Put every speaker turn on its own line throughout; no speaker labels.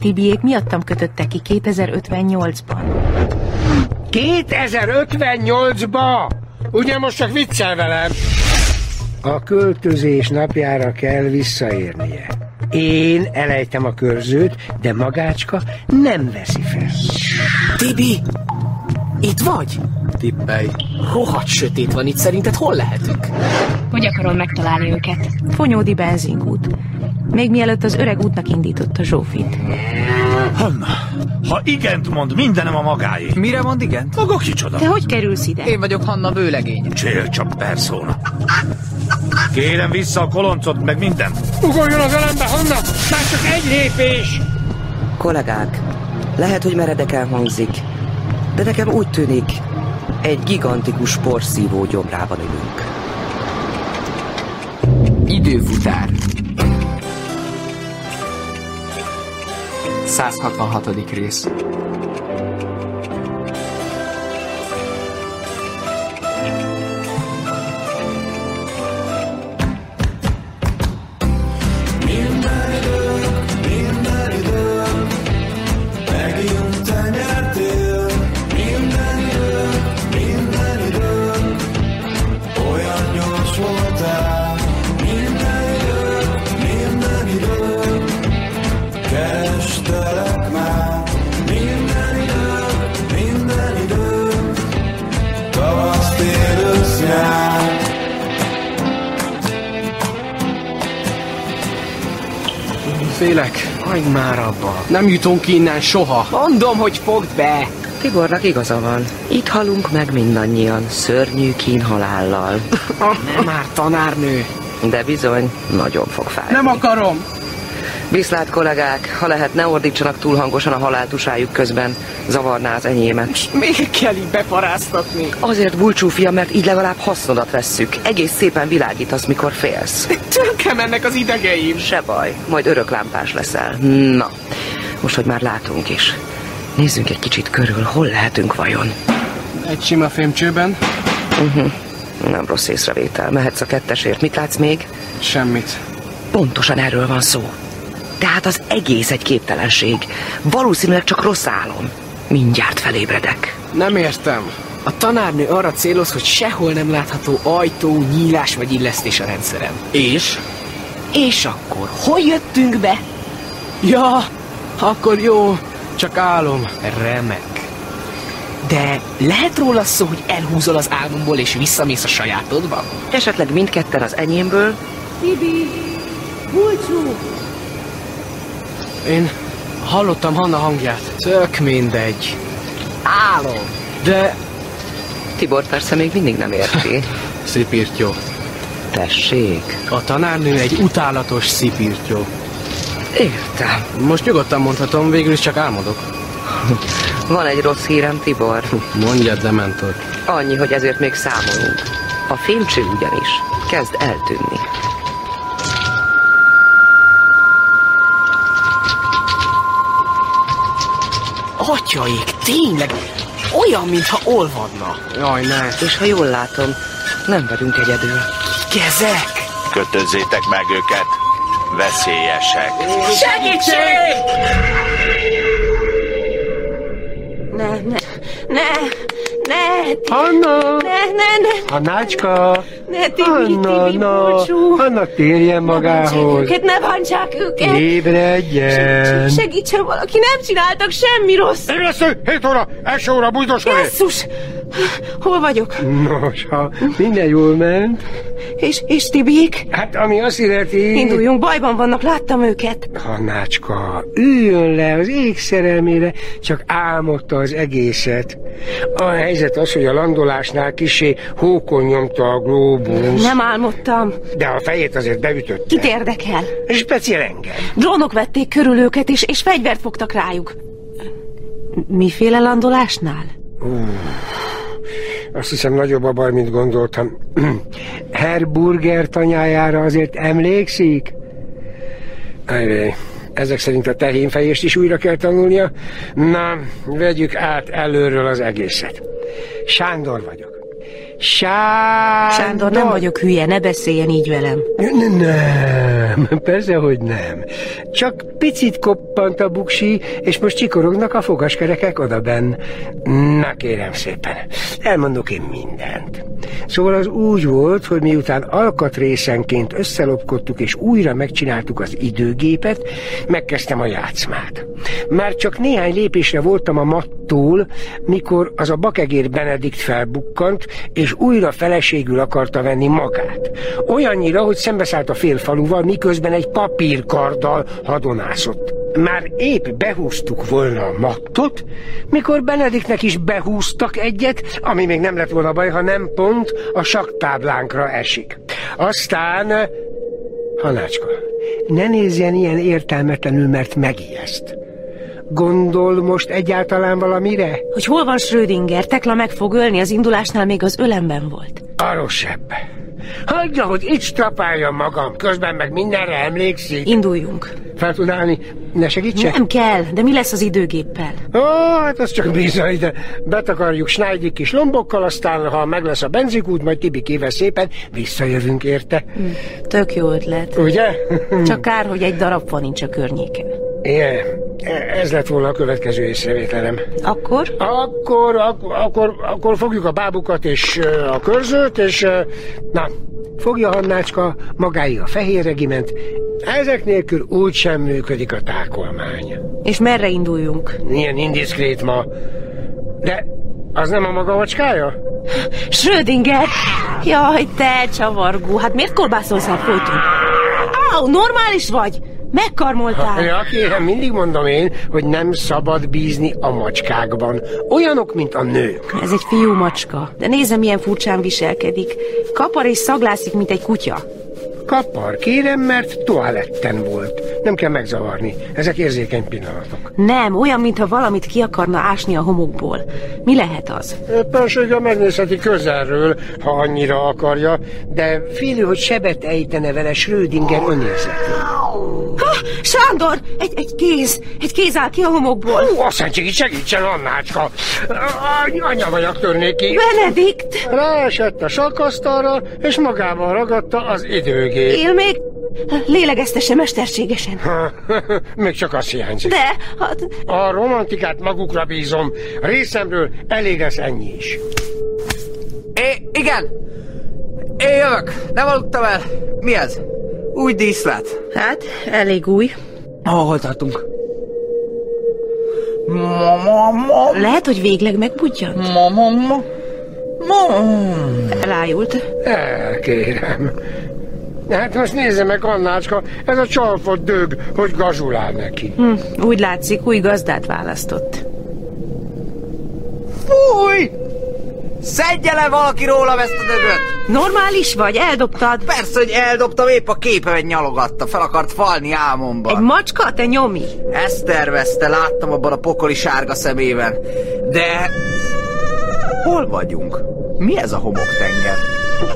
Tibiék miattam kötöttek ki 2058-ban.
2058-ba! Ugye most csak viccel velem? A költözés napjára kell visszaérnie. Én elejtem a körzőt, de magácska nem veszi fel.
Tibi! Itt vagy?
Tippelj.
Rohadt sötét van itt, szerinted hol lehetünk?
Hogy akarom megtalálni őket?
Fonyódi benzinkút. Még mielőtt az öreg útnak indította Zsófit.
Hanna, Hm. ha igent mond, mindenem a magáé.
Mire mond igent?
Maga kicsoda?
Te hogy kerülsz ide?
Én vagyok Hanna vőlegény.
Csél csak perszóna. Kérem vissza a koloncot, meg mindent.
Ugorjon az ölembe, Hanna! Már csak egy lépés!
Kollégák, lehet, hogy meredeken hangzik, de nekem úgy tűnik, egy gigantikus porszívó gyomrában ülünk.
Időfutár 166. rész
Félek.
Hagyj már abba!
Nem jutunk ki innen soha. Mondom, hogy fogd be!
Tibornak igaza van. Itt halunk meg mindannyian, szörnyű kínhalállal.
Nem már tanárnő.
De bizony, nagyon fog fájni.
Nem akarom.
Viszlát kollégák, ha lehet, ne ordítsanak túl hangosan a haláltusájuk közben. Zavarná az enyémet.
És miért kell így beparáztatni?
Azért bulcsú fiam, mert így legalább hasznodat vesszük. Egész szépen világítasz, mikor félsz.
Tönkre mennek az idegeim.
Se baj, majd örök lámpás leszel. Na, most, hogy már látunk is. Nézzünk egy kicsit körül, hol lehetünk vajon. Mhm.
Egy sima fémcsőben?
Nem rossz észrevétel, mehetsz a kettesért. Mit látsz még?
Semmit.
Pontosan erről van szó. Tehát az egész egy képtelenség. Valószínűleg csak rossz álom. Mindjárt felébredek.
Nem értem. A tanárnő arra céloz, hogy sehol nem látható ajtó, nyílás vagy illesztés a rendszerem. És? És akkor hol jöttünk be? Ja, akkor jó, csak álom. Remek. De lehet róla szó, hogy elhúzol az álmomból és visszamész a sajátodba?
Esetleg mindketten az enyémből.
Én hallottam Hanna hangját. Tök mindegy. Álom. De...
Tibor persze még mindig nem érti.
Szép írtyó.
Tessék.
A tanárnő egy utálatos szipírtyó.
Értem.
Most nyugodtan mondhatom, végül is csak álmodok.
Van egy rossz hírem, Tibor.
Mondja, Dementor.
Annyi, hogy ezért még számolunk. A fémcső ugyanis kezd eltűnni.
Atyaik, tényleg, olyan, mintha olvadna. Jaj, ne.
És ha jól látom, nem vagyunk egyedül.
Kezek!
Kötözzétek meg őket, veszélyesek.
Ne, ne, ne, ne, ti-
Hanna!
ne, ne, ne,
Hanácska!
ne, Tibi,
Anna,
Tibi,
na,
búcsú.
Anna térjen magához.
Őket ne bántsák őket.
Ébredjen.
Segítsen valaki, nem csináltak semmi rossz.
Ébresztő, 7 óra, első óra, bújdos
Jesszus! Hol vagyok?
Nos, ha minden jól ment.
És, és Tibiék?
Hát, ami azt illeti...
Induljunk, bajban vannak, láttam őket.
Hannácska, üljön le az ég szerelmére, csak álmodta az egészet. A helyzet az, hogy a landolásnál kisé hókon nyomta a glóbusz,
Nem álmodtam.
de a fejét azért beütötte.
Kit érdekel?
És speciál engem.
Drónok vették körül őket, és, és fegyvert fogtak rájuk. Miféle landolásnál?
Azt hiszem nagyobb a baj, mint gondoltam. Herburger tanyájára azért emlékszik? Ajjaj, ezek szerint a tehénfejést is újra kell tanulnia. Na, vegyük át előről az egészet. Sándor vagyok. Sándor...
Sándor, nem vagyok hülye, ne beszéljen így velem.
Ne, ne, nem, persze, hogy nem. Csak picit koppant a buksi, és most csikorognak a fogaskerekek odaben. Na kérem szépen, elmondok én mindent. Szóval az úgy volt, hogy miután alkatrészenként összelopkodtuk és újra megcsináltuk az időgépet, megkezdtem a játszmát. Már csak néhány lépésre voltam a mattól, mikor az a bakegér Benedikt felbukkant, és újra feleségül akarta venni magát. Olyannyira, hogy szembeszállt a fél faluval, miközben egy papírkarddal hadonászott. Már épp behúztuk volna a mattot, mikor Benediktnek is behúztak egyet, ami még nem lett volna baj, ha nem pont a saktáblánkra esik. Aztán... Hanácska, ne nézzen ilyen értelmetlenül, mert megijeszt. Gondol most egyáltalán valamire?
Hogy hol van Schrödinger, Tekla meg fog ölni, az indulásnál még az ölemben volt.
Arról sebb. Hagyja, hogy itt strapáljam magam, közben meg mindenre emlékszik.
Induljunk.
Fel tud állni? Ne segítsek?
Nem kell, de mi lesz az időgéppel?
Ó, hát az csak bizony, de betakarjuk Schneidig kis lombokkal, aztán ha meg lesz a benzikút, majd Tibi kivel szépen visszajövünk érte.
Tök jó ötlet.
Ugye?
Csak kár, hogy egy darab van nincs a környéken.
Igen, e, ez lett volna a következő észrevételem.
Akkor?
Akkor, ak- akkor, akkor fogjuk a bábukat és ö, a körzőt, és ö, na, fogja Hannácska magáig a fehér regiment. Ezek nélkül úgy sem működik a tákolmány.
És merre induljunk?
Milyen indiszkrét ma. De az nem a maga macskája?
Schrödinger! Jaj, te csavargó! Hát miért kolbászolsz el folyton? Áú, normális vagy? Megkarmoltál!
Ja, kérem, mindig mondom én, hogy nem szabad bízni a macskákban. Olyanok, mint a nők.
Ez egy fiú macska. De nézem, milyen furcsán viselkedik. Kapar és szaglászik, mint egy kutya.
Kapar, kérem, mert toaletten volt. Nem kell megzavarni. Ezek érzékeny pillanatok.
Nem, olyan, mintha valamit ki akarna ásni a homokból. Mi lehet az?
Éppenséggel megnézheti közelről, ha annyira akarja, de félő, hogy sebet ejtene vele Schrödinger önérzet.
Ha, Sándor! Egy, egy kéz! Egy kéz áll ki a homokból!
Ó, azt mondja, segítsen, Annácska! Any- Anya vagyok, törnék ki.
Benedikt!
Ráesett a sarkasztalra, és magával ragadta az időgép.
Él még? Lélegeztesse mesterségesen.
Ha, Még csak azt hiányzik.
De, hát,
A romantikát magukra bízom. Részemről elég lesz ennyi is.
É, igen! Én jövök! Nem aludtam el! Mi ez? Új díszlet.
hát elég új.
Hol, hol tartunk? Ma, ma, ma,
Lehet, hogy végleg megbudjan.
ma, ma, ma, ma.
Elájult.
Elkérem. Hát most nézze meg, Annácska, ez a csalfot dög, hogy gazsulál neki.
Hm, úgy látszik, új gazdát választott.
Fúj! Szedje le valaki rólam ezt a dögöt!
Normális vagy? Eldobtad?
Persze, hogy eldobtam, épp a képemet nyalogatta, fel akart falni álmomba.
Egy macska? Te nyomi?
Ezt tervezte, láttam abban a pokoli sárga szemében. De... Hol vagyunk? Mi ez a homoktenger?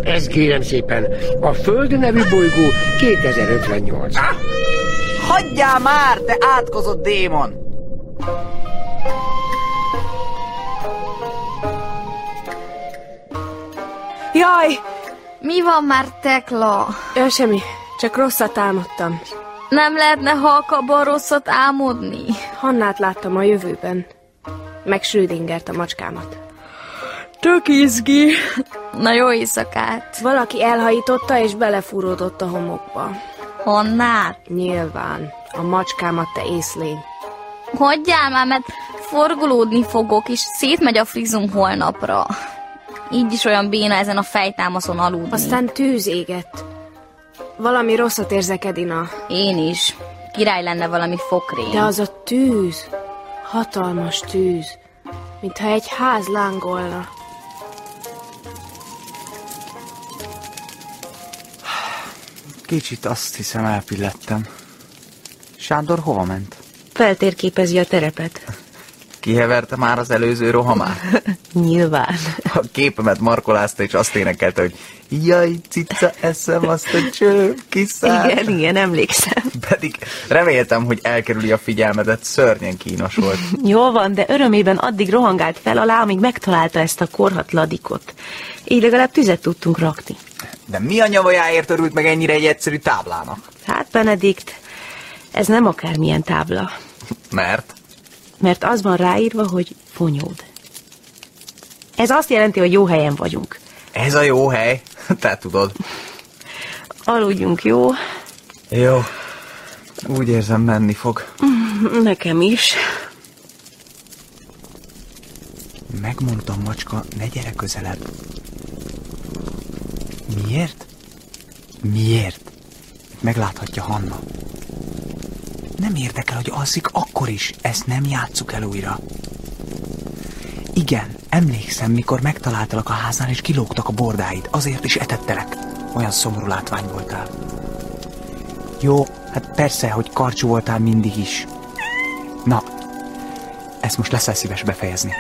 Ez kérem szépen, a Föld nevű bolygó 2058.
Hagyjál már, te átkozott démon!
Jaj!
Mi van már, Tekla?
Ja, semmi. Csak rosszat álmodtam.
Nem lehetne halkabban rosszat álmodni?
Hannát láttam a jövőben. Meg Schrödingert a macskámat. Tök izgi.
Na jó éjszakát.
Valaki elhajította és belefúródott a homokba.
Honnát?
Nyilván. A macskámat te észlény.
Hagyjál már, mert forgolódni fogok, és szétmegy a frizum holnapra. Így is olyan béna ezen a fejtámaszon aludni.
Aztán tűz égett. Valami rosszat érzek, Edina.
Én is. Király lenne valami fokrém.
De az a tűz. Hatalmas tűz. Mintha egy ház lángolna.
Kicsit azt hiszem elpillettem. Sándor hova ment?
Feltérképezi a terepet.
Kiheverte már az előző rohamát.
Nyilván.
A képemet markolázta, és azt énekelte, hogy Jaj, cica, eszem azt a cső, kiszáll.
Igen, igen, emlékszem.
Pedig reméltem, hogy elkerüli a figyelmedet, szörnyen kínos volt.
Jól van, de örömében addig rohangált fel alá, amíg megtalálta ezt a korhat ladikot. Így legalább tüzet tudtunk rakni.
De mi a nyavajáért örült meg ennyire egy egyszerű táblának?
Hát, Benedikt, ez nem akármilyen tábla,
Mert?
mert az van ráírva, hogy fonyód. Ez azt jelenti, hogy jó helyen vagyunk.
Ez a jó hely. Te tudod.
Aludjunk, jó?
Jó. Úgy érzem, menni fog.
Mm, Nekem is.
Megmondtam, macska, ne gyere közelebb. Miért? Miért? Megláthatja Hanna. Nem érdekel, hogy alszik akkor is. Ezt nem játsszuk el újra. Igen, emlékszem, mikor megtaláltalak a házán, és kilógtak a bordáid. Azért is etettelek. Olyan szomorú látvány voltál. Jó, hát persze, hogy karcsú voltál mindig is. Na, ezt most leszel szíves befejezni.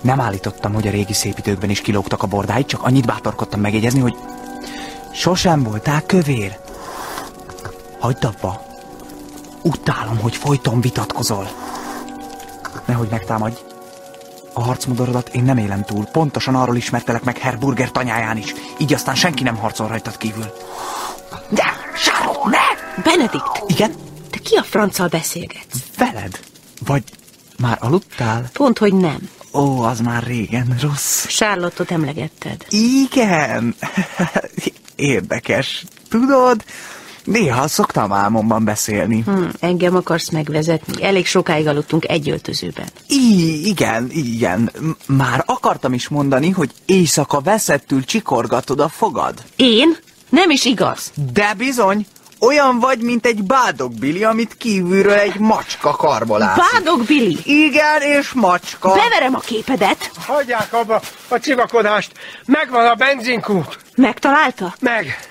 Nem állítottam, hogy a régi szép időkben is kilógtak a bordáid, csak annyit bátorkodtam megjegyezni, hogy sosem voltál kövér. Hagyd abba. Utálom, hogy folyton vitatkozol. Nehogy megtámadj. A harcmodorodat én nem élem túl. Pontosan arról ismertelek meg Herr Burger tanyáján is. Így aztán senki nem harcol rajtad kívül. De, Sáró, ne!
Benedikt!
Igen?
Te ki a franccal beszélgetsz?
Veled? Vagy már aludtál?
Pont, hogy nem.
Ó, az már régen rossz.
Sárlottot emlegetted.
Igen. Érdekes. Tudod, néha szoktam álmomban beszélni.
Hm, engem akarsz megvezetni. Elég sokáig aludtunk egy öltözőben.
I- igen, igen. M- Már akartam is mondani, hogy éjszaka veszettül csikorgatod a fogad.
Én? Nem is igaz.
De bizony, olyan vagy, mint egy bádogbili, amit kívülről egy macska karbolás.
Bádog Billy!
Igen, és macska.
Beverem a képedet!
Hagyják abba a civakodást! Megvan a benzinkút!
Megtalálta?
Meg!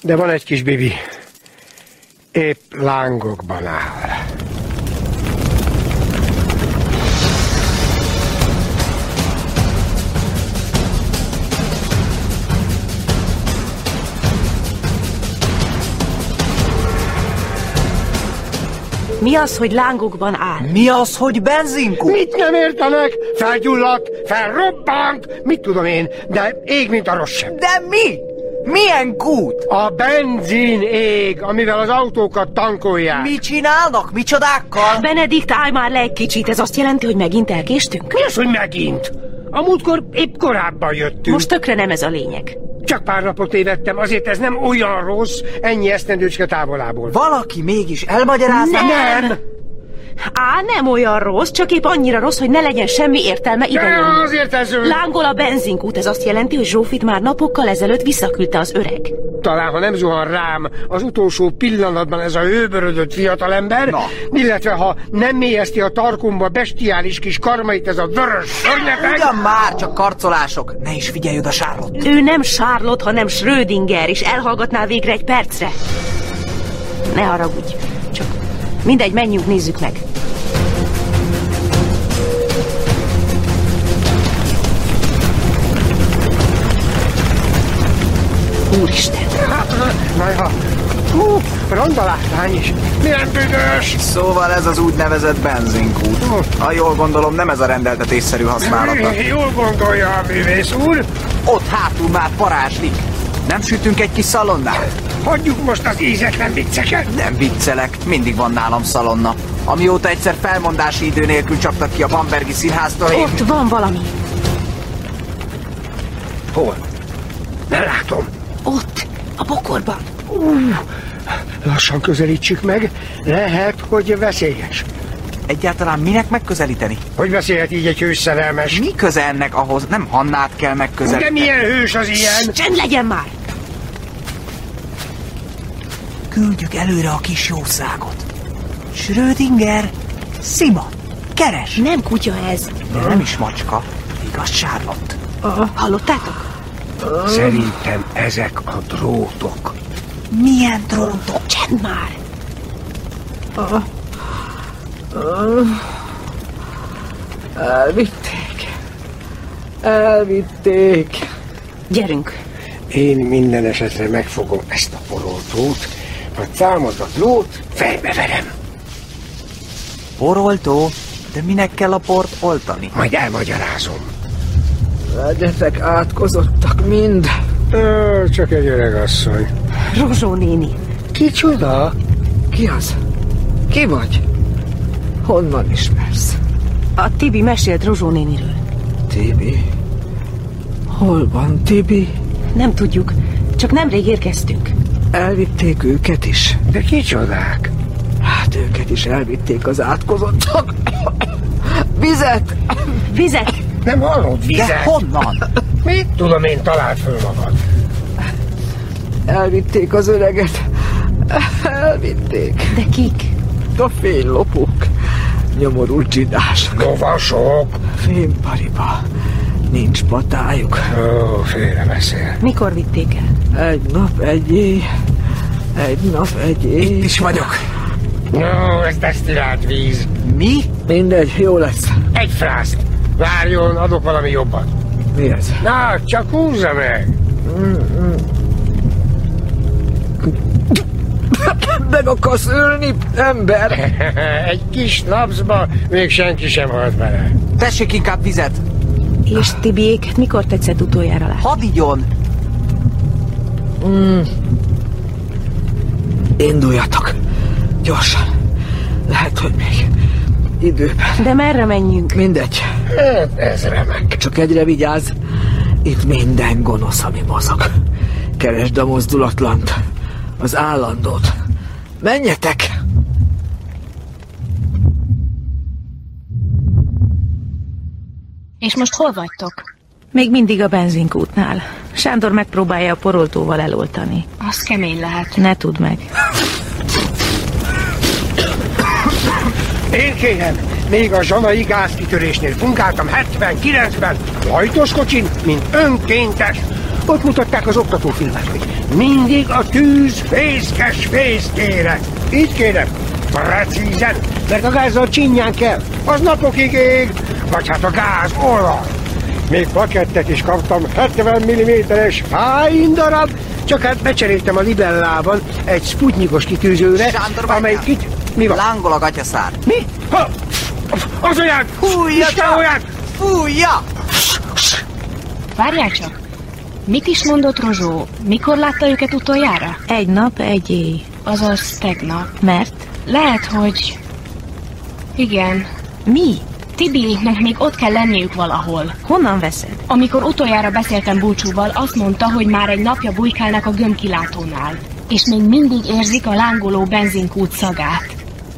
De van egy kis bibi. Épp lángokban áll.
Mi az, hogy lángokban áll?
Mi az, hogy benzinkú?
Mit nem értenek? Felgyulladt, felrobbant, mit tudom én, de ég, mint a rossz sem.
De mi? Milyen kút?
A benzin ég, amivel az autókat tankolják.
Mi csinálnak? Micsodákkal?
Benedikt, állj már le egy kicsit, ez azt jelenti, hogy megint elkéstünk?
Mi az, hogy megint? A múltkor épp korábban jöttünk.
Most tökre nem ez a lényeg.
Csak pár napot évettem, azért ez nem olyan rossz, ennyi esztendőcske távolából.
Valaki mégis elmagyarázná?
nem!
Á, nem olyan rossz, csak épp annyira rossz, hogy ne legyen semmi értelme ide
De
jönni.
azért ez ő...
Lángol a benzinkút, ez azt jelenti, hogy Zsófit már napokkal ezelőtt visszaküldte az öreg.
Talán, ha nem zuhan rám az utolsó pillanatban ez a hőbörödött fiatalember,
Na.
illetve ha nem mélyezti a tarkomba bestiális kis karmait ez a vörös szörnyeteg,
Ugyan már csak karcolások. Ne is figyelj oda, Sárlott.
Ő nem Sárlott, hanem Schrödinger, és elhallgatná végre egy percre. Ne haragudj, csak mindegy, menjünk, nézzük meg. Úristen,
Hát, Najha, hú, ronda látvány is, milyen büdös!
Szóval ez az úgynevezett benzinkút. Ha jól gondolom, nem ez a rendeltetésszerű használata.
Jól gondolja a művész úr,
Ott hátul már parázslik. Nem sütünk egy kis szalonnát?
hagyjuk most az ízetlen vicceket!
Nem viccelek, mindig van nálam szalonna. Amióta egyszer felmondási idő nélkül csaptak ki a Bambergi színháztól, én...
ott van valami.
Hol? Nem látom.
Ott, a bokorban.
Lassan közelítsük meg, lehet, hogy veszélyes.
Egyáltalán minek megközelíteni?
Hogy beszélhet így egy hőszerelmes?
Mi köze ennek ahhoz? Nem Hannát kell
De
megközelíteni.
milyen hős az ilyen?
Csend legyen már!
Küldjük előre a kis jószágot. Schrödinger, Sima, keres!
Nem kutya ez.
De
Hm?
nem is macska, igaz Charlotte.
Hallottátok?
Szerintem ezek a drótok.
Milyen dróntok?
Csend már!
Elvitték. Elvitték.
Gyerünk!
Én minden esetre megfogom ezt a poroltót, ha támad a drót, fejbe verem.
Poroltó? De minek kell a port oltani?
Majd elmagyarázom.
Legyetek átkozottak mind.
Ö, csak egy öreg asszony.
Rozsó néni,
Kicsoda?
Ki az? Ki vagy? Honnan ismersz?
A Tibi mesélt Rozsó néniről.
Tibi? Hol van Tibi?
Nem tudjuk, csak nemrég érkeztünk.
Elvitték őket is.
De kicsodák?
Hát őket is elvitték az átkozottak. Vizet!
Vizet!
Nem hallod? Vizet!
De honnan?
Mit tudom én, találd föl magad.
Elvitték az öreget. Elvitték.
De kik?
A fénylopók. Nyomorult zsidások.
Lovasok.
Fénypariba. Nincs patájuk.
Ó, félre beszél.
Mikor vitték el?
Egy nap, egy éj. Egy nap, egy éj.
Itt is vagyok.
Ó, ez desztillált víz.
Mi?
Mindegy, jó lesz.
Egy frászt. Várjon, adok valami jobbat.
Mi ez?
Na, csak húzza meg. Mm-mm.
Meg akarsz ölni, ember?
Egy kis napszba még senki sem halt bele.
Tessék inkább vizet.
És Tibiéket mikor tetszett utoljára látni?
Hadigyon!
Mm.
Hmm.
Induljatok! Gyorsan! Lehet, hogy még időben.
De merre menjünk?
Mindegy.
Hát, ez remek.
Csak egyre vigyázz. Itt minden gonosz, ami mozog. Keresd a mozdulatlant, az állandót. Menjetek!
És most hol vagytok?
Még mindig a benzinkútnál. Sándor megpróbálja a poroltóval eloltani.
Az kemény lehet.
Ne tudd meg.
Én kérem, még a zsanai gázkitörésnél funkáltam 79-ben, lajtos kocsin, mint önkéntes. Ott mutatták az oktatófilmet, hogy mindig a tűz fészkes fészkére. Így kérem, precízen, mert a gázzal csinyán kell. Az napokig ég, vagy hát a gáz olaj. Még plakettet is kaptam, 70 mm-es fáin darab, csak hát becseréltem a libellában egy sputnikos kitűzőre,
Sándor,
amely
várjál!
kit... Mi van?
Lángol a gatyaszár.
Mi? Ha! Az olyan!
Fújja
Isten
csak!
olyan!
Fújja!
Várjál csak! Mit is mondott Rozsó? Mikor látta őket utoljára?
Egy nap, egy éj.
Azaz tegnap.
Mert?
Lehet, hogy... Igen.
Mi?
Tibiéknek még ott kell lenniük valahol.
Honnan veszed?
Amikor utoljára beszéltem Búcsúval, azt mondta, hogy már egy napja bujkálnak a gömbkilátónál. És még mindig érzik a lángoló benzinkút szagát.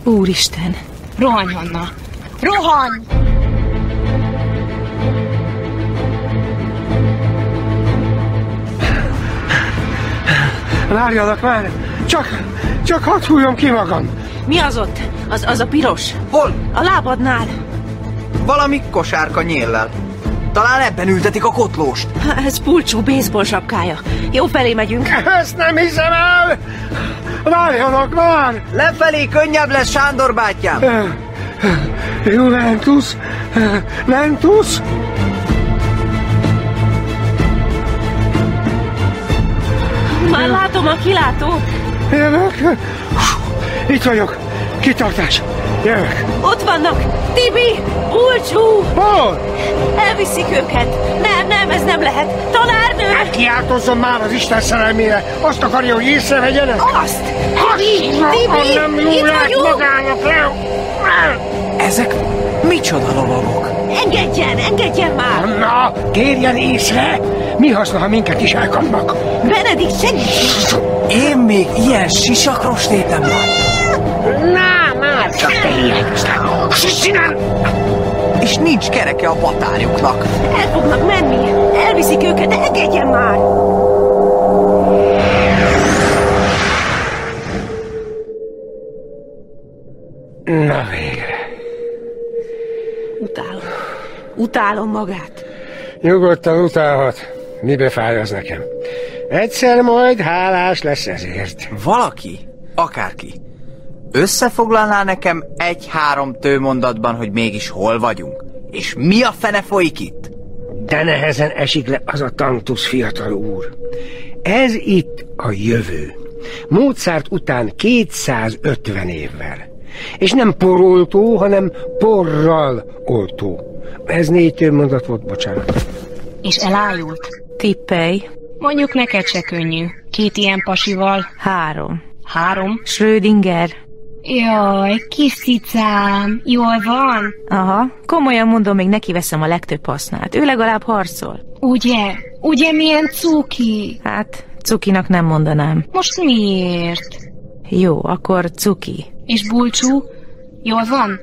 Úristen!
Rohanj, Hanna! Rohanj!
Várjanak már! Csak, csak hadd hújjam ki magam!
Mi az ott? Az, az a piros?
Hol?
A lábadnál?
Valami kosárka nyéllel. Talán ebben ültetik a kotlóst.
Ha, Ez pulcsú baseball sapkája. Jó felé megyünk.
Ezt nem hiszem el! Várjanak már!
Lefelé könnyebb lesz Sándor bátyám.
Juventus! Lentus!
Már látom a kilátót.
Jövök! Itt vagyok! Kitartás! Jövök!
Ott vannak! Tibi! Pulcsú!
Hol?
Elviszik őket! Nem, nem, ez nem lehet! Tanárnő!
Hát kiáltozzon már az Isten szerelmére! Azt akarja, hogy észrevegyenek?
Azt! Tibi!
Ha
Tibi!
nem
Itt
lúrák
vagyunk!
magának le!
Ezek micsoda lovagok?
Engedjen! Engedjen már!
Na, kérjen észre! Mi haszna, ha minket is elkapnak?
Benedikt, segíts!
Én még ilyen sisakrostét nem láttam.
Na, már csak te hiányoztál! Sissinan!
És nincs kereke a batárjuknak.
El fognak menni! Elviszik őket! Engedjen már!
Na végre!
Utálom. Utálom magát.
Nyugodtan utálhat. Mibe fáj az nekem? Egyszer majd hálás lesz ezért.
Valaki, akárki, összefoglalná nekem egy-három tőmondatban, hogy mégis hol vagyunk, és mi a fene folyik itt?
De nehezen esik le az a tantusz, fiatal úr. Ez itt a jövő. Mozart után 250 évvel. És nem poroltó, hanem porral oltó. Ez négy több mondat volt, bocsánat.
És elájult.
Tippelj.
Mondjuk neked se könnyű. Két ilyen pasival.
Három.
Három.
Schrödinger.
Jaj, kis cicám, jól van?
Aha, komolyan mondom, még neki veszem a legtöbb hasznát. Ő legalább harcol.
Ugye? Ugye milyen cuki?
Hát, Cukinak nem mondanám.
Most miért?
Jó, akkor Cuki.
És Bulcsú? Jól van?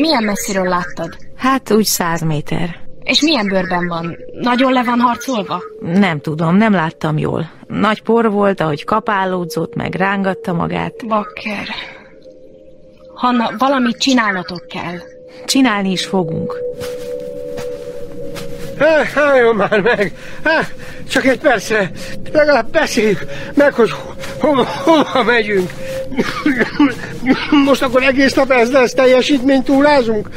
Milyen messziről láttad?
Hát úgy száz méter.
És milyen bőrben van? Nagyon le van harcolva?
Nem tudom, nem láttam jól. Nagy por volt, ahogy kapálódzott, meg rángatta magát.
Bakker. Hanna, valamit csinálnotok kell.
Csinálni is fogunk.
Há, Álljon már meg! Há, csak egy percre! Legalább beszéljük meg, hogy ho- hova, hova megyünk. Most akkor egész nap ez lesz, teljesítményt túlázunk?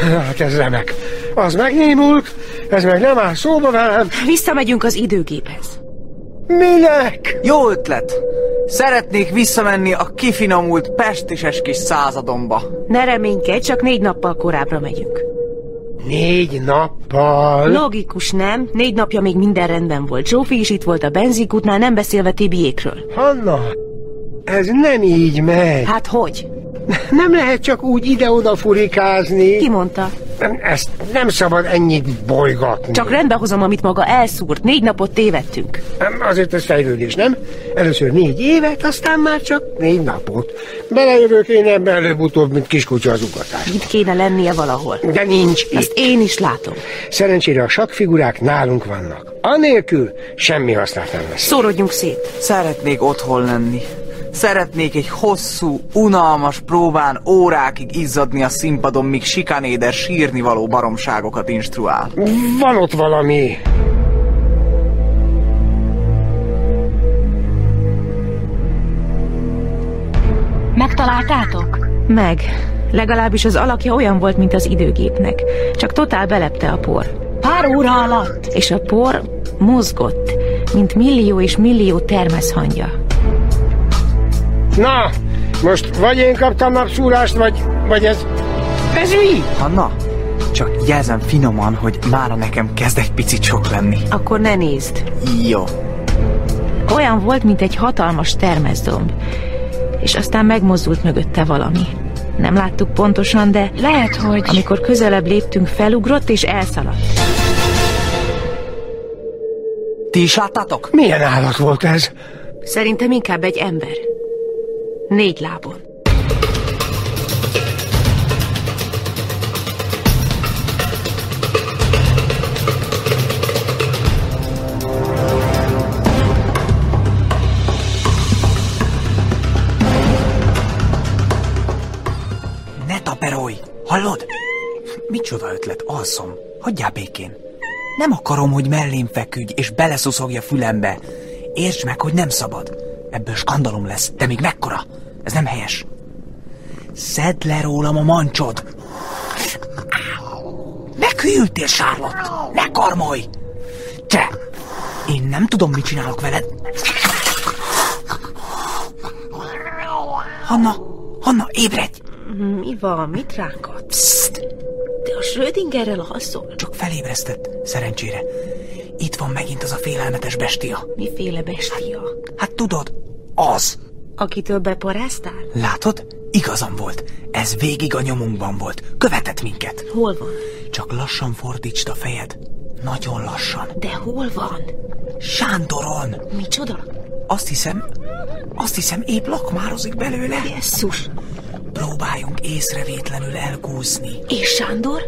Hát ez remek. Az megnémult, ez meg nem áll szóba velem.
Visszamegyünk az időgéphez.
Minek?
Jó ötlet! Szeretnék visszamenni a kifinomult pestises kis századomba.
Ne reménykedj, csak négy nappal korábbra megyünk.
Négy nappal?
Logikus, nem? Négy napja még minden rendben volt. Zsófi is itt volt a benzinkútnál, nem beszélve Tibiékről.
Hanna, ez nem így megy.
Hát hogy?
Nem lehet csak úgy ide-oda furikázni.
Ki mondta?
Nem, ezt nem szabad ennyit bolygatni.
Csak rendbe hozom, amit maga elszúrt. Négy napot tévedtünk.
Nem, Azért ez fejlődés, nem? Először négy évet, aztán már csak négy napot. Belejövök én ebbe előbb-utóbb, mint kiskutya az ugatás.
Itt kéne lennie valahol.
De nincs itt.
Azt én is látom.
Szerencsére a sakfigurák nálunk vannak. Anélkül semmi hasznát nem lesz.
Szórodjunk szét.
Szeretnék otthon lenni. Szeretnék egy hosszú, unalmas próbán órákig izzadni a színpadon, míg sikanéder sírni való baromságokat instruál.
Van ott valami.
Megtaláltátok?
Meg. Legalábbis az alakja olyan volt, mint az időgépnek. Csak totál belepte a por.
Pár óra alatt?
És a por mozgott, mint millió és millió termeszhangja.
Na, most vagy én kaptam napszúrást, vagy, vagy ez... Ez mi?
Hanna, csak jelzem finoman, hogy mára nekem kezd egy picit sok lenni.
Akkor ne nézd.
Jó.
Olyan volt, mint egy hatalmas termeszdomb. És aztán megmozdult mögötte valami. Nem láttuk pontosan, de...
Lehet, hogy...
Amikor közelebb léptünk, felugrott és elszaladt.
Ti is láttátok?
Milyen állat volt ez?
Szerintem inkább egy ember. Négy lábon.
Ne taperolj! Hallod? Micsoda ötlet, alszom. Hagyjál békén. Nem akarom, hogy mellém feküdj, és beleszuszogja fülembe. Értsd meg, hogy nem szabad. Ebből skandalom lesz, de még mekkora? Ez nem helyes. Szedd le rólam a mancsod! Meghűltél, Charlotte! Ne karmolj! Te! Én nem tudom, mit csinálok veled. Hanna! Hanna, ébredj!
Mm, Mi van? Mit rákat? Psst! Te a Schrödingerrel alszol?
Csak felébresztett, szerencsére. Itt van megint az a félelmetes bestia.
Miféle bestia?
Hát tudod, az.
Akitől beparáztál?
Látod? Igazam volt. Ez végig a nyomunkban volt. Követett minket.
Hol van?
Csak lassan fordítsd a fejed. Nagyon lassan.
De hol van?
Sándoron!
Micsoda?
Azt hiszem, azt hiszem épp lakmározik belőle.
Jesszus!
Próbáljunk észrevétlenül elkúszni.
És Sándor?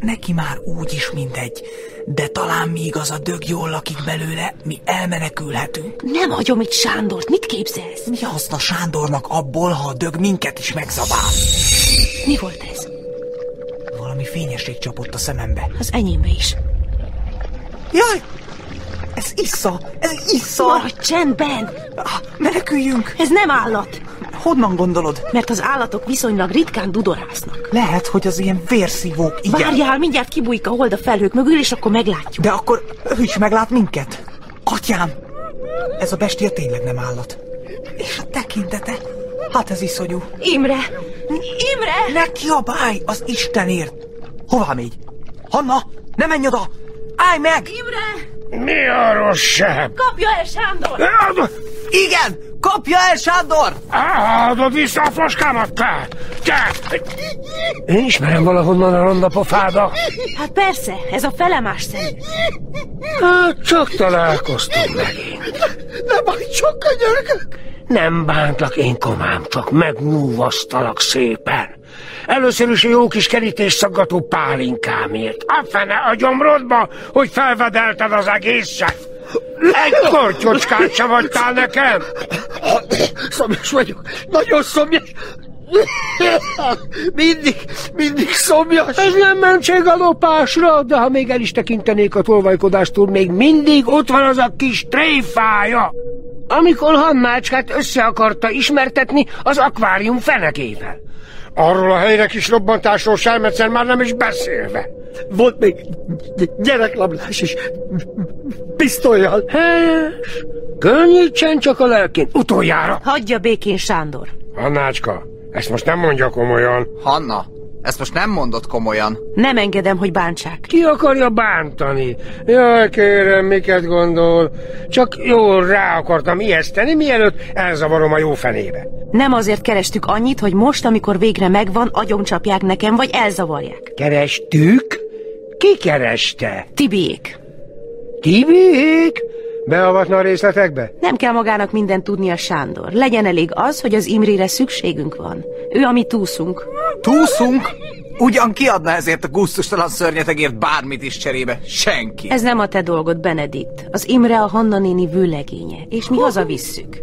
Neki már úgy is mindegy, de talán míg az a dög jól lakik belőle, mi elmenekülhetünk.
Nem hagyom itt Sándort, mit képzelsz?
Mi haszna Sándornak abból, ha a dög minket is megzabál?
Mi volt ez?
Valami fényesség csapott a szemembe.
Az enyémbe is.
Jaj! Ez Issa! Ez Issa!
Maradj csendben!
Ah, Meneküljünk!
Ez nem állat!
Honnan gondolod?
Mert az állatok viszonylag ritkán dudorásznak.
Lehet, hogy az ilyen vérszívók, igen.
Várjál, mindjárt kibújik a hold a felhők mögül, és akkor meglátjuk.
De akkor ő is meglát minket. Atyám! Ez a bestia tényleg nem állat. És a tekintete? Hát ez iszonyú.
Imre! Imre!
Ne kiabálj az Istenért! Hová még? Hanna, ne menj oda! Állj meg!
Imre!
Mi a rosszabb?
Kapja el Sándor!
Ad-
Igen!
Kapja el, Sándor!
Adod vissza a flaskámat, te! Te! Én ismerem valahonnan a ronda pofába.
Hát persze, ez a felemás szem.
Hát csak találkoztunk megint.
Nem vagy csak könyörgök.
Nem bántlak én, komám, csak megnyúvasztalak szépen. Először is a jó kis kerítés szaggató pálinkámért. A fene a gyomrodba, hogy felvedelted az egészet. Egy kortyocskát se vagytál nekem.
Szomjas vagyok. Nagyon szomjas. Mindig, mindig szomjas.
Ez nem mentség a lopásra, de ha még el is tekintenék a tolvajkodástól, még mindig ott van az a kis tréfája. Amikor Hannácskát össze akarta ismertetni az akvárium fenekével. Arról a helyre kis robbantásról sem egyszer már nem is beszélve.
Volt még gy- gyereklablás is. Pisztolyjal.
Helyes. Könnyítsen csak a lelkén. Utoljára.
Hagyja békén, Sándor.
Hannácska, ezt most nem mondja komolyan.
Hanna, ezt most nem mondod komolyan.
Nem engedem, hogy bántsák.
Ki akarja bántani? Jaj, kérem, miket gondol? Csak jól rá akartam ijeszteni, mielőtt elzavarom a jó fenébe.
Nem azért kerestük annyit, hogy most, amikor végre megvan, agyoncsapják nekem, vagy elzavarják.
Kerestük? Ki kereste?
Tibiék.
Tibiék? Beavatna a részletekbe?
Nem kell magának mindent tudnia, Sándor. Legyen elég az, hogy az Imrire szükségünk van. Ő a mi túszunk.
Túszunk? Ugyan kiadna ezért a gusztustalan szörnyetegért bármit is cserébe? Senki.
Ez nem a te dolgod, Benedikt. Az Imre a Hanna néni vőlegénye, és mi hazavisszük.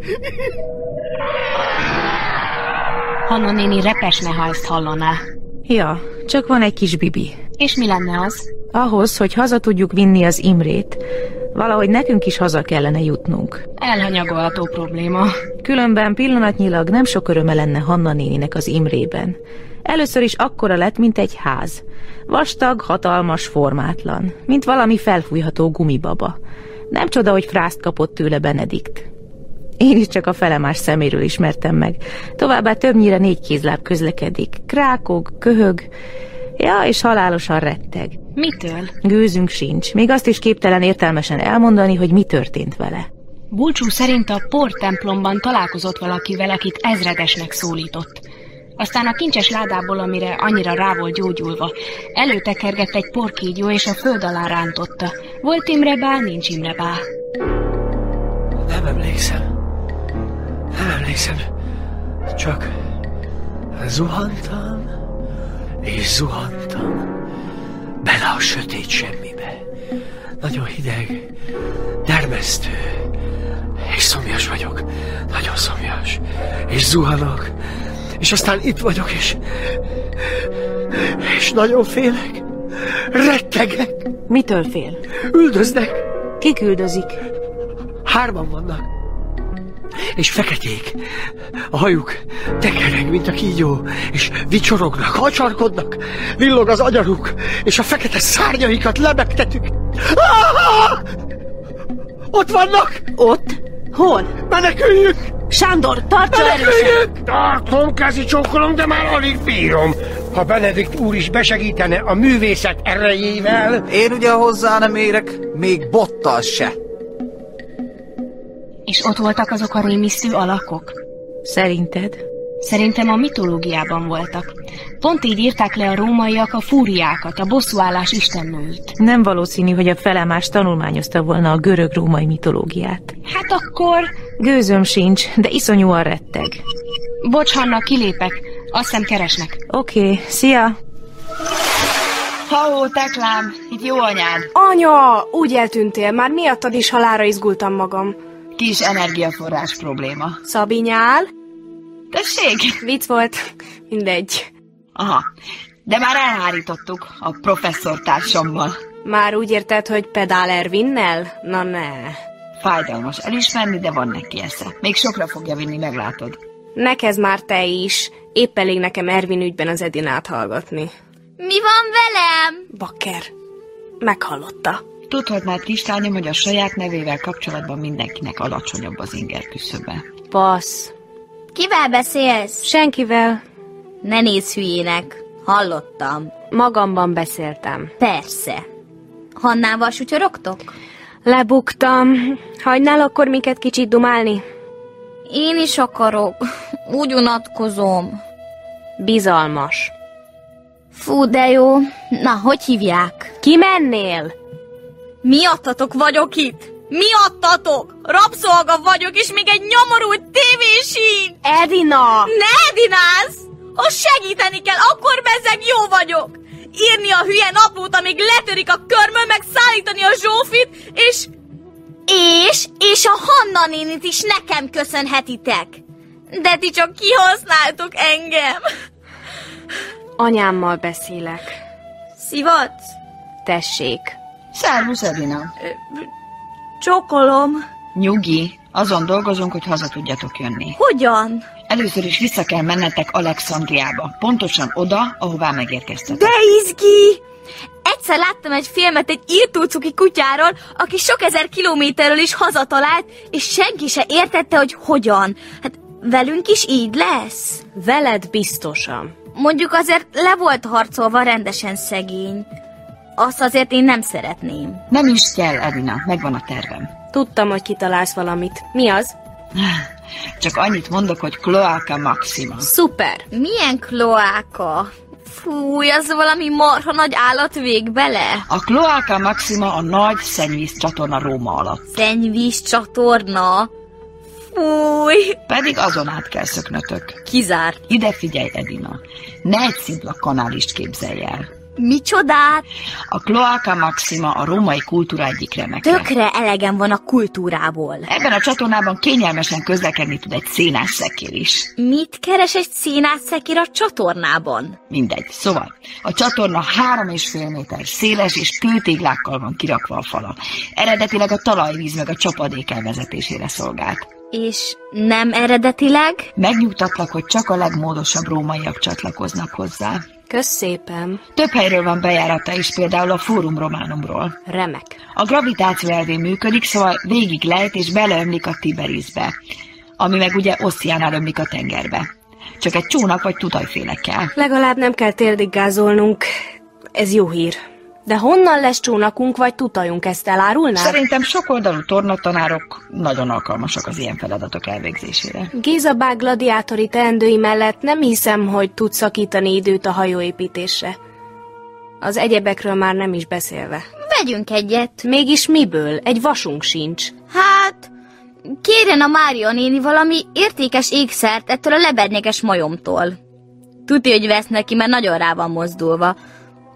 Hanna néni repesne, ha ezt hallaná.
Ja, csak van egy kis bibi.
És mi lenne az?
Ahhoz, hogy haza tudjuk vinni az Imrét, valahogy nekünk is haza kellene jutnunk.
Elhanyagolható probléma.
Különben pillanatnyilag nem sok öröme lenne Hanna néninek az Imrében. Először is akkora lett, mint egy ház. Vastag, hatalmas, formátlan, mint valami felfújható gumibaba. Nem csoda, hogy frászt kapott tőle Benedikt. Én is csak a felemás szeméről ismertem meg. Továbbá többnyire négy kézláb közlekedik. Krákog, köhög, ja, és halálosan retteg.
Mitől?
Gőzünk sincs. Még azt is képtelen értelmesen elmondani, hogy mi történt vele.
Bulcsú szerint a Por templomban találkozott valakivel, akit ezredesnek szólított. Aztán a kincses ládából, amire annyira rá volt gyógyulva, előtekergett egy porkígyó, és a föld alá rántotta. Volt Imre bá, nincs Imre bá.
Nem emlékszem. Nem emlékszem. Csak zuhantam, és zuhantam. Bele a sötét semmibe. Nagyon hideg, dermesztő, és szomjas vagyok. Nagyon szomjas. És zuhanok. És aztán itt vagyok, és... És nagyon félek. Rettegek.
Mitől fél?
Üldöznek.
Kik üldözik?
Hárman vannak. És feketék. A hajuk tekereg, mint a kígyó, és vicsorognak, hacsarkodnak, villog az agyaruk, és a fekete szárnyaikat lebegtetük. Ah! Ott vannak!
Ott? Hol?
Meneküljünk!
Sándor, tartsa erősen!
Meneküljünk!
Tartom, kezi csókolom, de már alig bírom. Ha Benedikt úr is besegítene a művészet erejével...
Én ugye hozzá nem érek, még bottal se.
És ott voltak azok a rémisztő alakok?
Szerinted?
Szerintem a mitológiában voltak. Pont így írták le a rómaiak a fúriákat, a bosszúállás istennőit.
Nem valószínű, hogy a felemás tanulmányozta volna a görög-római mitológiát.
Hát akkor...
Gőzöm sincs, de iszonyúan retteg.
Bocs, Hanna, kilépek. Azt hiszem keresnek.
Oké, okay, szia!
Haó, teklám!
Itt jó anyád.
Anya, úgy eltűntél, már miattad is halára izgultam magam.
Kis energiaforrás probléma.
Szabinyál?
Tessék?
Vicc volt. Mindegy.
Aha. De már elhárítottuk a professzor társammal.
Már úgy érted, hogy pedál Ervinnel? Na ne.
Fájdalmas elismerni, de van neki esze. Még sokra fogja vinni, meglátod.
Nekez már te is. Épp elég nekem Ervin ügyben az Edinát hallgatni.
Mi van velem?
Bakker. Meghallotta.
Tudod már Kristányom, hogy a saját nevével kapcsolatban mindenkinek alacsonyabb az inger küszöbe.
Passz.
Kivel beszélsz?
Senkivel.
Ne nézz hülyének. Hallottam.
Magamban beszéltem.
Persze. Hannával sutyorogtok?
Lebuktam. Hagynál akkor minket kicsit dumálni?
Én is akarok. Úgy unatkozom.
Bizalmas.
Fú, de jó. Na, hogy hívják?
Kimennél?
Miattatok vagyok itt! Miattatok! Rabszolga vagyok, és még egy nyomorult tévé sincs!
Edina!
Ne Edinász! Ha segíteni kell, akkor bezeg jó vagyok! Írni a hülye naplót, amíg letörik a körmöm, meg szállítani a Zsófit, és... És, és a Hanna nénit is nekem köszönhetitek! De ti csak kihasználtok engem!
Anyámmal beszélek.
Szivat?
Tessék.
Szervusz, Edina.
Csokolom.
Nyugi, azon dolgozunk, hogy haza tudjatok jönni.
Hogyan?
Először is vissza kell mennetek Alexandriába, pontosan oda, ahová megérkeztetek.
De izgi! Egyszer láttam egy filmet egy írtócuki kutyáról, aki sok ezer kilométerről is hazatalált, és senki se értette, hogy hogyan. Hát velünk is így lesz.
Veled biztosan.
Mondjuk azért le volt harcolva rendesen szegény. Azt azért én nem szeretném.
Nem is kell, Edina, megvan a tervem.
Tudtam, hogy kitalálsz valamit. Mi az?
Csak annyit mondok, hogy Cloaca Maxima.
Szuper!
Milyen kloáka? Fúj, az valami marha nagy állat vég bele.
A Cloaca Maxima a nagy szennyvíz csatorna Róma alatt.
Szennyvíz csatorna. Fúj!
Pedig azon át kell szöknötök.
Kizárt.
Ide figyelj, Edina. Ne egy szimpla kanálist képzelj el.
Micsodát?
A Cloaca Maxima a római kultúra egyik remeke.
Tökre elegem van a kultúrából.
Ebben a csatornában kényelmesen közlekedni tud egy szénás szekér is.
Mit keres egy színás szekér a csatornában?
Mindegy. Szóval, a csatorna három és fél méter széles és kőtéglákkal van kirakva a fala. Eredetileg a talajvíz meg a csapadék elvezetésére szolgált.
És nem eredetileg?
Megnyugtatlak, hogy csak a legmódosabb rómaiak csatlakoznak hozzá.
Kösz szépen.
Több helyről van bejárata is, például a Fórum Románumról.
Remek.
A gravitáció elvén működik, szóval végig lejt és beleömlik a Tiberisbe, ami meg ugye Oszciánál ömlik a tengerbe. Csak egy csónak vagy tudajfélekkel.
Legalább nem kell térdig gázolnunk. Ez jó hír. De honnan lesz csónakunk vagy tutajunk, ezt elárulnál?
Szerintem sokoldalú tornatanárok nagyon alkalmasak az ilyen feladatok elvégzésére.
Géza bág gladiátori teendői mellett nem hiszem, hogy tud szakítani időt a hajóépítésre. Az egyebekről már nem is beszélve.
Vegyünk egyet.
Mégis miből? Egy vasunk sincs.
Hát, kérjen a Mária néni valami értékes ékszert ettől a lebednyekes majomtól. Tudja, hogy vesz neki, mert nagyon rá van mozdulva.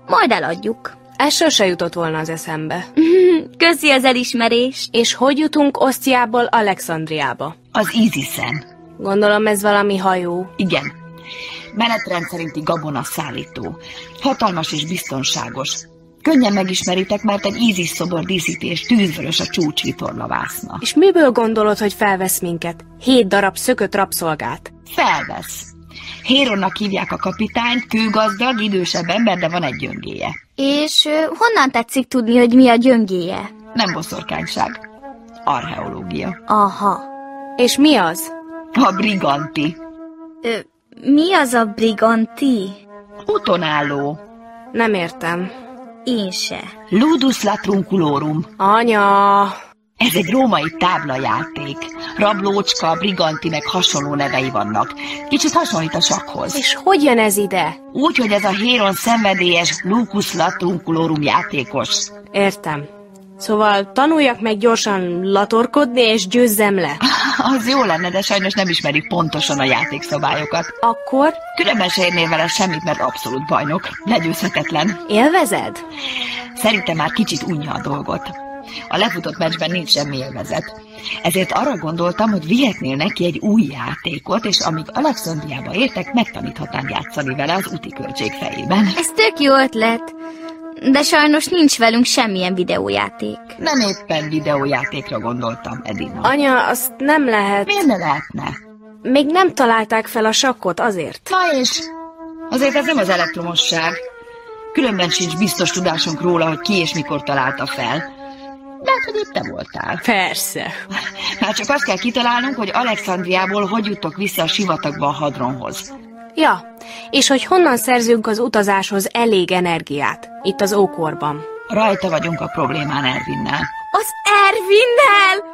Majd eladjuk.
Ez sose jutott volna az eszembe.
Köszi az elismerést.
És hogy jutunk Osztiából Alexandriába?
Az íziszen.
Gondolom ez valami hajó.
Igen. Menetrend szerinti gabona szállító. Hatalmas és biztonságos. Könnyen megismeritek, mert egy ízis szobor díszíti és tűzvörös a csúcsvitorla vászna.
És miből gondolod, hogy felvesz minket? Hét darab szökött rabszolgát.
Felvesz. Héronnak hívják a kapitányt, kőgazdag, idősebb ember, de van egy gyöngéje.
És ö, honnan tetszik tudni, hogy mi a gyöngéje?
Nem boszorkányság. Archeológia.
Aha.
És mi az?
A briganti.
Ö, mi az a briganti?
Utonálló.
Nem értem.
Én se.
Ludus latrunculorum.
Anya!
Ez egy római táblajáték. Rablócska, briganti meg hasonló nevei vannak. Kicsit hasonlít a sakhoz.
És hogy jön ez ide?
Úgy, hogy ez a Héron szenvedélyes Lucus Latrunculorum játékos.
Értem. Szóval tanuljak meg gyorsan latorkodni, és győzzem le.
Az jó lenne, de sajnos nem ismerik pontosan a játékszabályokat.
Akkor
Különben se érnél vele semmit, mert abszolút bajnok. Legyőzhetetlen.
élvezed?
Szerintem már kicsit unja a dolgot. A lefutott meccsben nincs semmi élvezet. Ezért arra gondoltam, hogy vihetnél neki egy új játékot, és amíg Alexandriába értek, megtaníthatnám játszani vele az úti költség fejében.
Ez tök jó ötlet. De sajnos nincs velünk semmilyen videójáték.
Nem éppen videójátékra gondoltam, Edina.
Anya, azt nem lehet.
Miért ne lehetne?
Még nem találták fel a sakkot azért.
Na és? Azért ez nem az elektromosság. Különben sincs biztos tudásunk róla, hogy ki és mikor találta fel. Lehet, hogy itt te voltál.
Persze.
Már csak azt kell kitalálnunk, hogy Alexandriából hogy jutok vissza a sivatagba a hadronhoz.
Ja, és hogy honnan szerzünk az utazáshoz elég energiát, itt az ókorban.
Rajta vagyunk a problémán Ervinnel.
Az Ervinnel!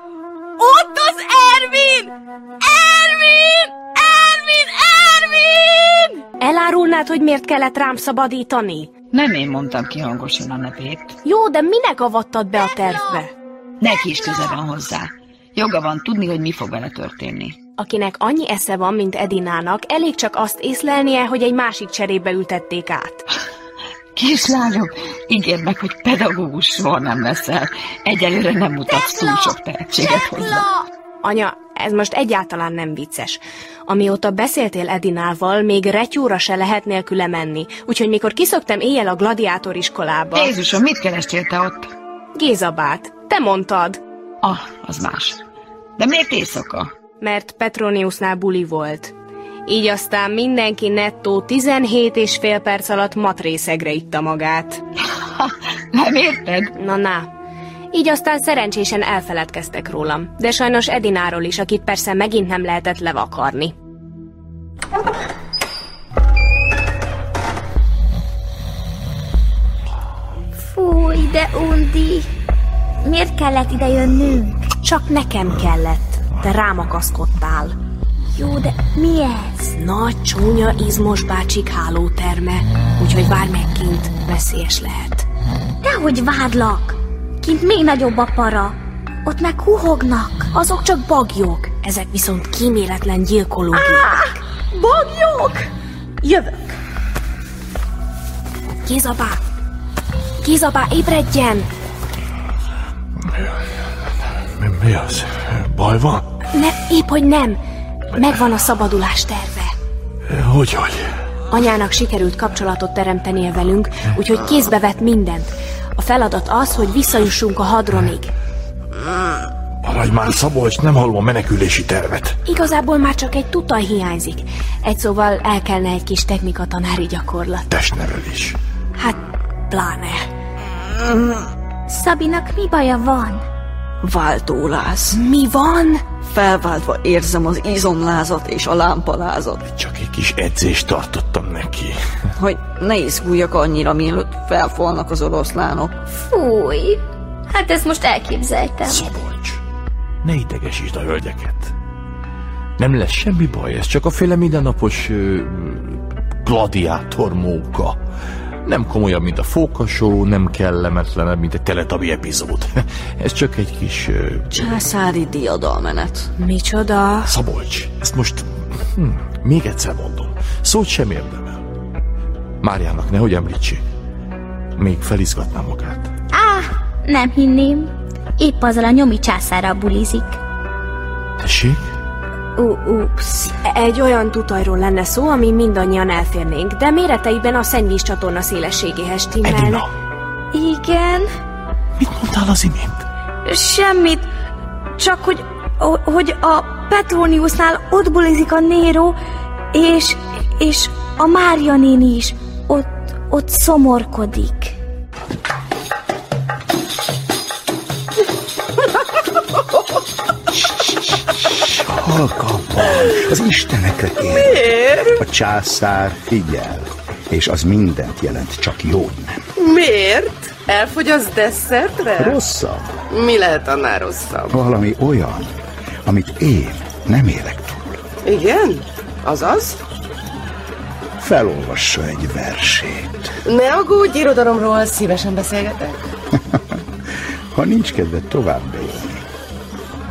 Ott az Ervin! Ervin!
Ervin! Ervin! Ervin!
Elárulnád, hogy miért kellett rám szabadítani?
Nem én mondtam ki hangosan a nevét.
Jó, de minek avattad be a tervbe?
Neki is köze van hozzá. Joga van tudni, hogy mi fog vele történni.
Akinek annyi esze van, mint Edinának, elég csak azt észlelnie, hogy egy másik cserébe ültették át.
Kislányom, ígérd meg, hogy pedagógus soha nem leszel. Egyelőre nem mutatsz túl sok tehetséget hozzá.
Anya, ez most egyáltalán nem vicces. Amióta beszéltél Edinával, még retyóra se lehet nélküle menni, úgyhogy mikor kiszöktem éjjel a gladiátor iskolába...
Jézusom, mit kerestél te ott?
Gézabát, te mondtad.
Ah, az más. De miért éjszaka?
Mert Petroniusnál buli volt. Így aztán mindenki nettó 17 és fél perc alatt matrészegre itta magát.
Nem érted?
Na, na. Így aztán szerencsésen elfeledkeztek rólam. De sajnos Edináról is, akit persze megint nem lehetett levakarni.
Fúj, de undi! Miért kellett ide jönnünk?
Csak nekem kellett. Te rám akaszkodtál.
Jó, de mi ez?
Nagy, csúnya, izmos bácsik hálóterme, úgyhogy várj meg kint, veszélyes lehet.
Dehogy vádlak! Kint még nagyobb a para. Ott meg huhognak.
Azok csak bagyok, ezek viszont kíméletlen gyilkolók.
Bagyok!
Jövök! Gézabá! Gézabá, ébredjen!
Mi, mi az? Baj van?
Ne, épp hogy nem! Megvan a szabadulás terve.
Hogy, hogy?
Anyának sikerült kapcsolatot teremtenie velünk, úgyhogy kézbe vett mindent. A feladat az, hogy visszajussunk a hadronig.
Maradj már, Szabolcs, nem hallom a menekülési tervet.
Igazából már csak egy tutaj hiányzik. Egy szóval el kellene egy kis technikatanári gyakorlat.
Testnevelés.
Hát, pláne.
Szabinak mi baja van?
Váltóláz.
Mi van?
Felváltva érzem az izomlázat és a lámpalázat.
Csak egy kis edzést tartottam neki.
Hogy ne izguljak annyira, mielőtt felfalnak az oroszlánok.
Fúj! Hát ezt most elképzeltem.
Szabolcs, ne idegesítsd a hölgyeket. Nem lesz semmi baj, ez csak a féle mindennapos ö, gladiátor móka. Nem komolyabb, mint a fókasó, nem kellemetlenebb, mint egy teletabi epizód. ez csak egy kis... Ö,
Császári diadalmenet.
Micsoda?
Szabolcs, ezt most hm, még egyszer mondom. Szót sem érdemel. Máriának nehogy említsék. Még felizgatná magát.
Á, nem hinném. Épp azzal a nyomi császára bulizik.
Tessék?
Ú, ups. Egy olyan tutajról lenne szó, ami mindannyian elférnénk, de méreteiben a szennyvíz csatorna szélességéhez
Edina,
timmelne.
Igen,
mit mondtál az imént?
semmit. Csak hogy, hogy a Petroniusnál ott bulizik a Nero, és, és a Mária néni is ott, ott szomorkodik.
Halkan az Istenekre kér.
Miért?
A császár figyel, és az mindent jelent, csak jót nem.
Miért? Elfogy az desszertre?
Rosszabb.
Mi lehet annál rosszabb?
Valami olyan, amit én nem élek túl.
Igen? Azaz?
Felolvassa egy versét.
Ne aggódj, irodalomról szívesen beszélgetek.
Ha nincs kedved tovább élni,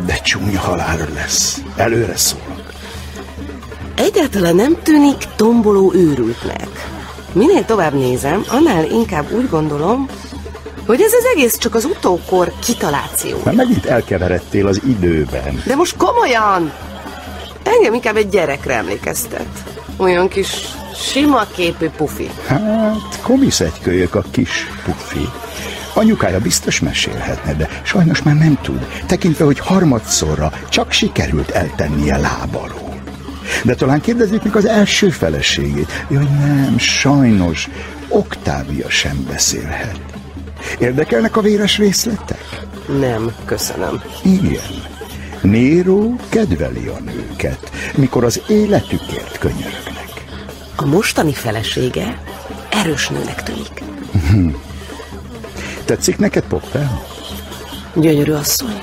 de csúnya halál lesz. Előre szólok.
Egyáltalán nem tűnik tomboló őrültnek. Minél tovább nézem, annál inkább úgy gondolom, hogy ez az egész csak az utókor kitaláció.
Már megint elkeveredtél az időben.
De most komolyan! Engem inkább egy gyerekre emlékeztet. Olyan kis sima képű pufi.
Hát, komisz egy kölyök a kis pufi. Anyukája biztos mesélhetne, de sajnos már nem tud, tekintve, hogy harmadszorra csak sikerült eltennie lábaról. De talán kérdezzük meg az első feleségét. Jaj, nem, sajnos, Oktávia sem beszélhet. Érdekelnek a véres részletek?
Nem, köszönöm.
Igen. Nero kedveli a nőket, mikor az életükért könyörögnek.
A mostani felesége erős nőnek tűnik.
Hm. Tetszik neked, Popper?
Gyönyörű asszony.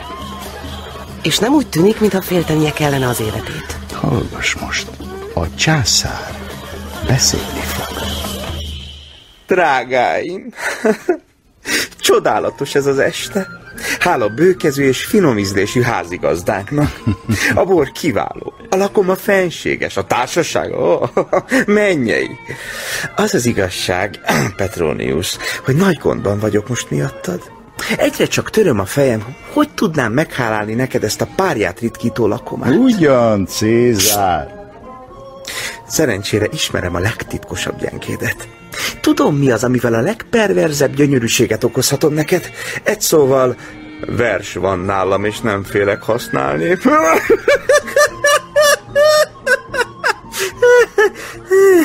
És nem úgy tűnik, mintha féltenie kellene az életét.
Hallgass most, a császár beszélni fog.
Drágáim! Csodálatos ez az este. Hála bőkezű és finom ízlésű házigazdáknak. A bor kiváló, a lakoma fenséges, a társaság, ó, mennyei. Az az igazság, Petronius, hogy nagy gondban vagyok most miattad. Egyre csak töröm a fejem, hogy tudnám meghálálni neked ezt a párját ritkító lakomát.
Ugyan, Cézár!
Szerencsére ismerem a legtitkosabb gyenkédet. Tudom, mi az, amivel a legperverzebb gyönyörűséget okozhatom neked. Egy szóval, vers van nálam, és nem félek használni.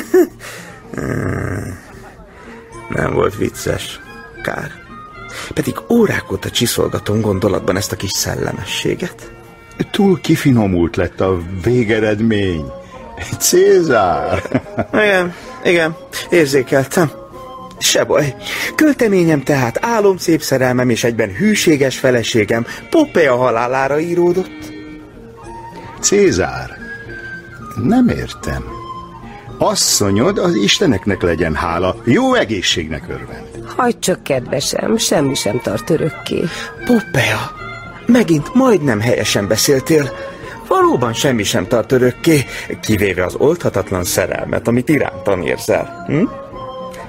Nem volt vicces. Kár. Pedig órák óta csiszolgatom gondolatban ezt a kis szellemességet.
Túl kifinomult lett a végeredmény. Cézár!
Igen, igen, érzékeltem. Se baj. Költeményem tehát álomszép szerelmem és egyben hűséges feleségem Popea halálára íródott.
Cézár, nem értem. Asszonyod az Isteneknek legyen hála, jó egészségnek örvend.
Hagyd csak, kedvesem, semmi sem tart örökké.
Popea, megint majdnem helyesen beszéltél. Valóban semmi sem tart örökké, kivéve az oldhatatlan szerelmet, amit irántan érzel. Hm?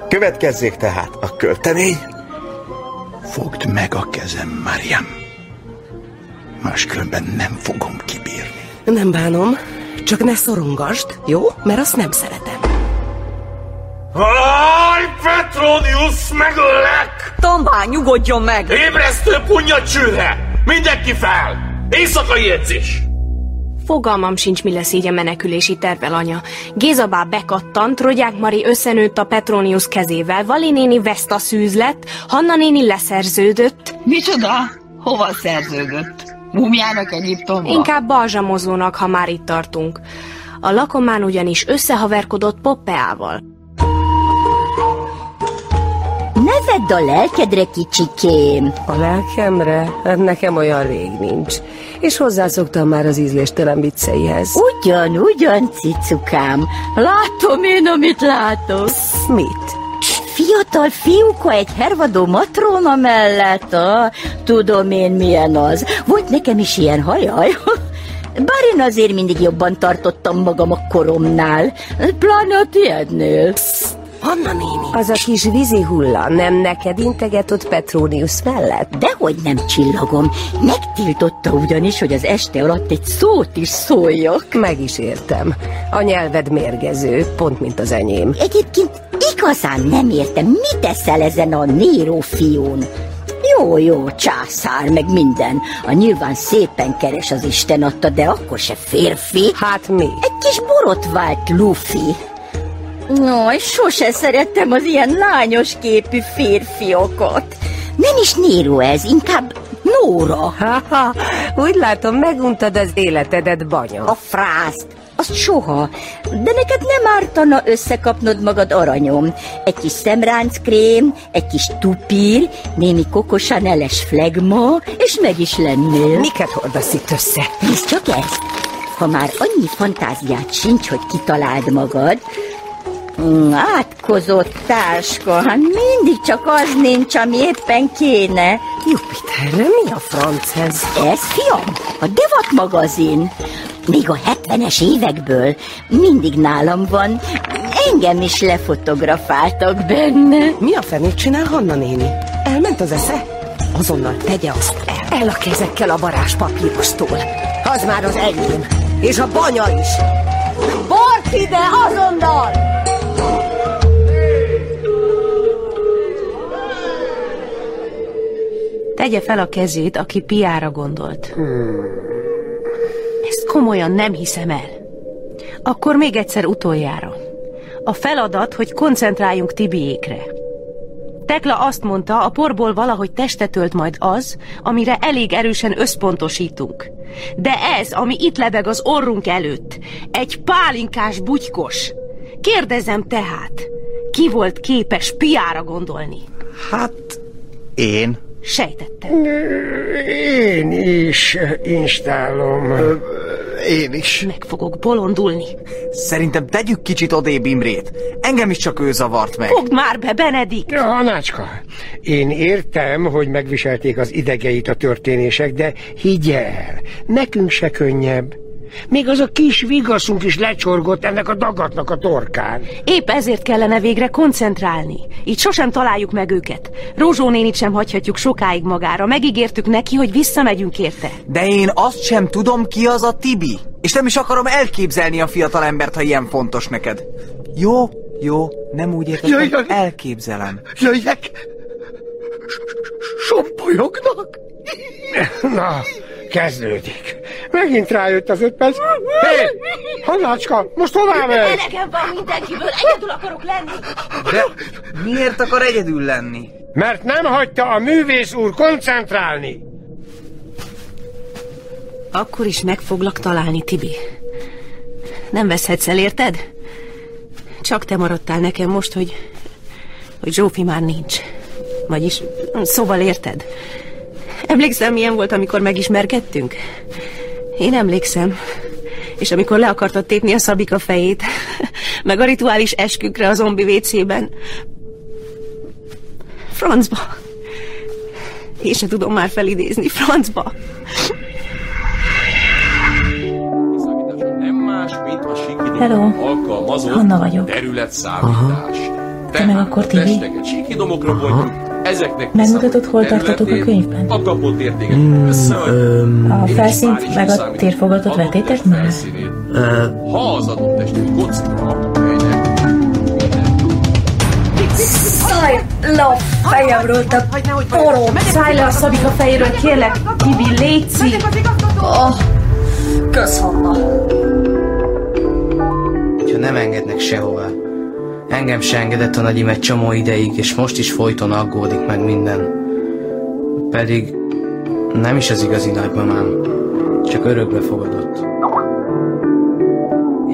Következzék tehát a költemény.
Fogd meg a kezem, Mariam. Máskülönben nem fogom kibírni.
Nem bánom, csak ne szorongasd, jó? Mert azt nem szeretem.
Aj, Petronius, megöllek!
Tombá, nyugodjon meg!
Ébresztő punya csőre! Mindenki fel! Éjszakai edzés!
Fogalmam sincs, mi lesz így a menekülési tervel, anya. Géza bá bekattant, Rogyák Mari összenőtt a Petronius kezével, Vali néni Veszta szűz lett, Hanna néni leszerződött.
Micsoda? Hova szerződött? Múmiának Egyiptomba?
Inkább balzsamozónak, ha már itt tartunk. A lakomán ugyanis összehaverkodott Poppeával.
Ne vedd a lelkedre, kicsikém!
A lelkemre? Hát nekem olyan rég nincs. És hozzászoktam már az ízléstelen vicceihez.
Ugyan, ugyan, cicukám. Látom én, amit látok.
Psz, mit?
Fiatal fiúka egy hervadó matróna mellett, ah, tudom én milyen az. Volt nekem is ilyen hajaj. Bár én azért mindig jobban tartottam magam a koromnál, pláne a tiédnél. Psz,
Anna néni. Az a kis vízi hulla nem neked integetett Petronius mellett?
Dehogy nem csillagom. Megtiltotta ugyanis, hogy az este alatt egy szót is szóljak.
Meg is értem. A nyelved mérgező, pont mint az enyém.
Egyébként igazán nem értem, mit teszel ezen a Néró fiún? Jó, jó, császár, meg minden. A nyilván szépen keres az Isten adta, de akkor se férfi.
Hát mi?
Egy kis borotvált lufi. Jaj, sose szerettem az ilyen lányos képű férfiakat. Nem is Nero ez, inkább Nóra.
Ha-ha, úgy látom, meguntad az életedet, banya.
A frászt, azt soha. De neked nem ártana összekapnod magad aranyom. Egy kis szemránckrém, egy kis tupír, némi kokosaneles flegma, és meg is lennél.
Miket hordasz itt össze?
Nézd csak ezt. Ha már annyi fantáziát sincs, hogy kitaláld magad, Átkozott táska, hát mindig csak az nincs, ami éppen kéne.
Jupiterre, mi a franc ez?
Ez, fiam, a Devat magazin. Még a 70-es évekből mindig nálam van. Engem is lefotografáltak benne.
Mi a fenét csinál Hanna néni? Elment az esze? Azonnal tegye azt el. El a kezekkel a varázs papírostól. Az már az enyém. És a banya is.
Bort ide, azonnal!
Tegye fel a kezét, aki piára gondolt. Hmm. Ezt komolyan nem hiszem el. Akkor még egyszer utoljára. A feladat, hogy koncentráljunk Tibiékre. Tekla azt mondta, a porból valahogy testet ölt majd az, amire elég erősen összpontosítunk. De ez, ami itt lebeg az orrunk előtt, egy pálinkás bugykos. Kérdezem tehát, ki volt képes piára gondolni?
Hát, én.
Sejtettem.
Én is instálom.
Én is.
Meg fogok bolondulni.
Szerintem tegyük kicsit odébb Imrét. Engem is csak ő zavart meg.
Fogd már be, Benedik!
Ja, Anácska, én értem, hogy megviselték az idegeit a történések, de higgy el, nekünk se könnyebb. Még az a kis vigaszunk is lecsorgott ennek a dagatnak a torkán.
Épp ezért kellene végre koncentrálni. Így sosem találjuk meg őket. Rózsó nénit sem hagyhatjuk sokáig magára. Megígértük neki, hogy visszamegyünk érte.
De én azt sem tudom, ki az a Tibi. És nem is akarom elképzelni a fiatal embert, ha ilyen fontos neked. Jó, jó, nem úgy értettem,
Jaj, jaj.
elképzelem.
Jöjjek! Sompolyognak!
Na, kezdődik. Megint rájött az öt perc. Hé, Hanácska, most hová megy?
Elegem van mindenkiből, egyedül akarok lenni.
De miért akar egyedül lenni?
Mert nem hagyta a művész úr koncentrálni.
Akkor is meg foglak találni, Tibi. Nem veszhetsz el, érted? Csak te maradtál nekem most, hogy... hogy Zsófi már nincs. Vagyis, szóval érted? Emlékszel, milyen volt, amikor megismerkedtünk? Én emlékszem. És amikor le akartad tépni a Szabika fejét, meg a rituális eskükre a zombi vécében. Francba. Én se tudom már felidézni, francba.
Nem más, mint a sikidon
Hello.
alkalmazott
Anna vagyok.
területszámítás.
Te meg akkor Tibi?
Testeket sikidomokra bontjuk, ezeknek
Megmutatod, hol tartatok a könyvben?
a kapott értéket
Mm,
összeadjuk.
A felszínt meg a térfogatot vetétek már? Hm.
Ha az adott testünk kockára alapul,
Szállj le a fejemről, te porom!
Szállj le a Szabika fejéről, kérlek, Tibi, léci! Ah,
Oh, közhonnal.
hogyha nem engednek sehova. Engem se engedett a nagyim egy csomó ideig, és most is folyton aggódik meg minden. Pedig nem is az igazi nagymamám, csak örökbe fogadott.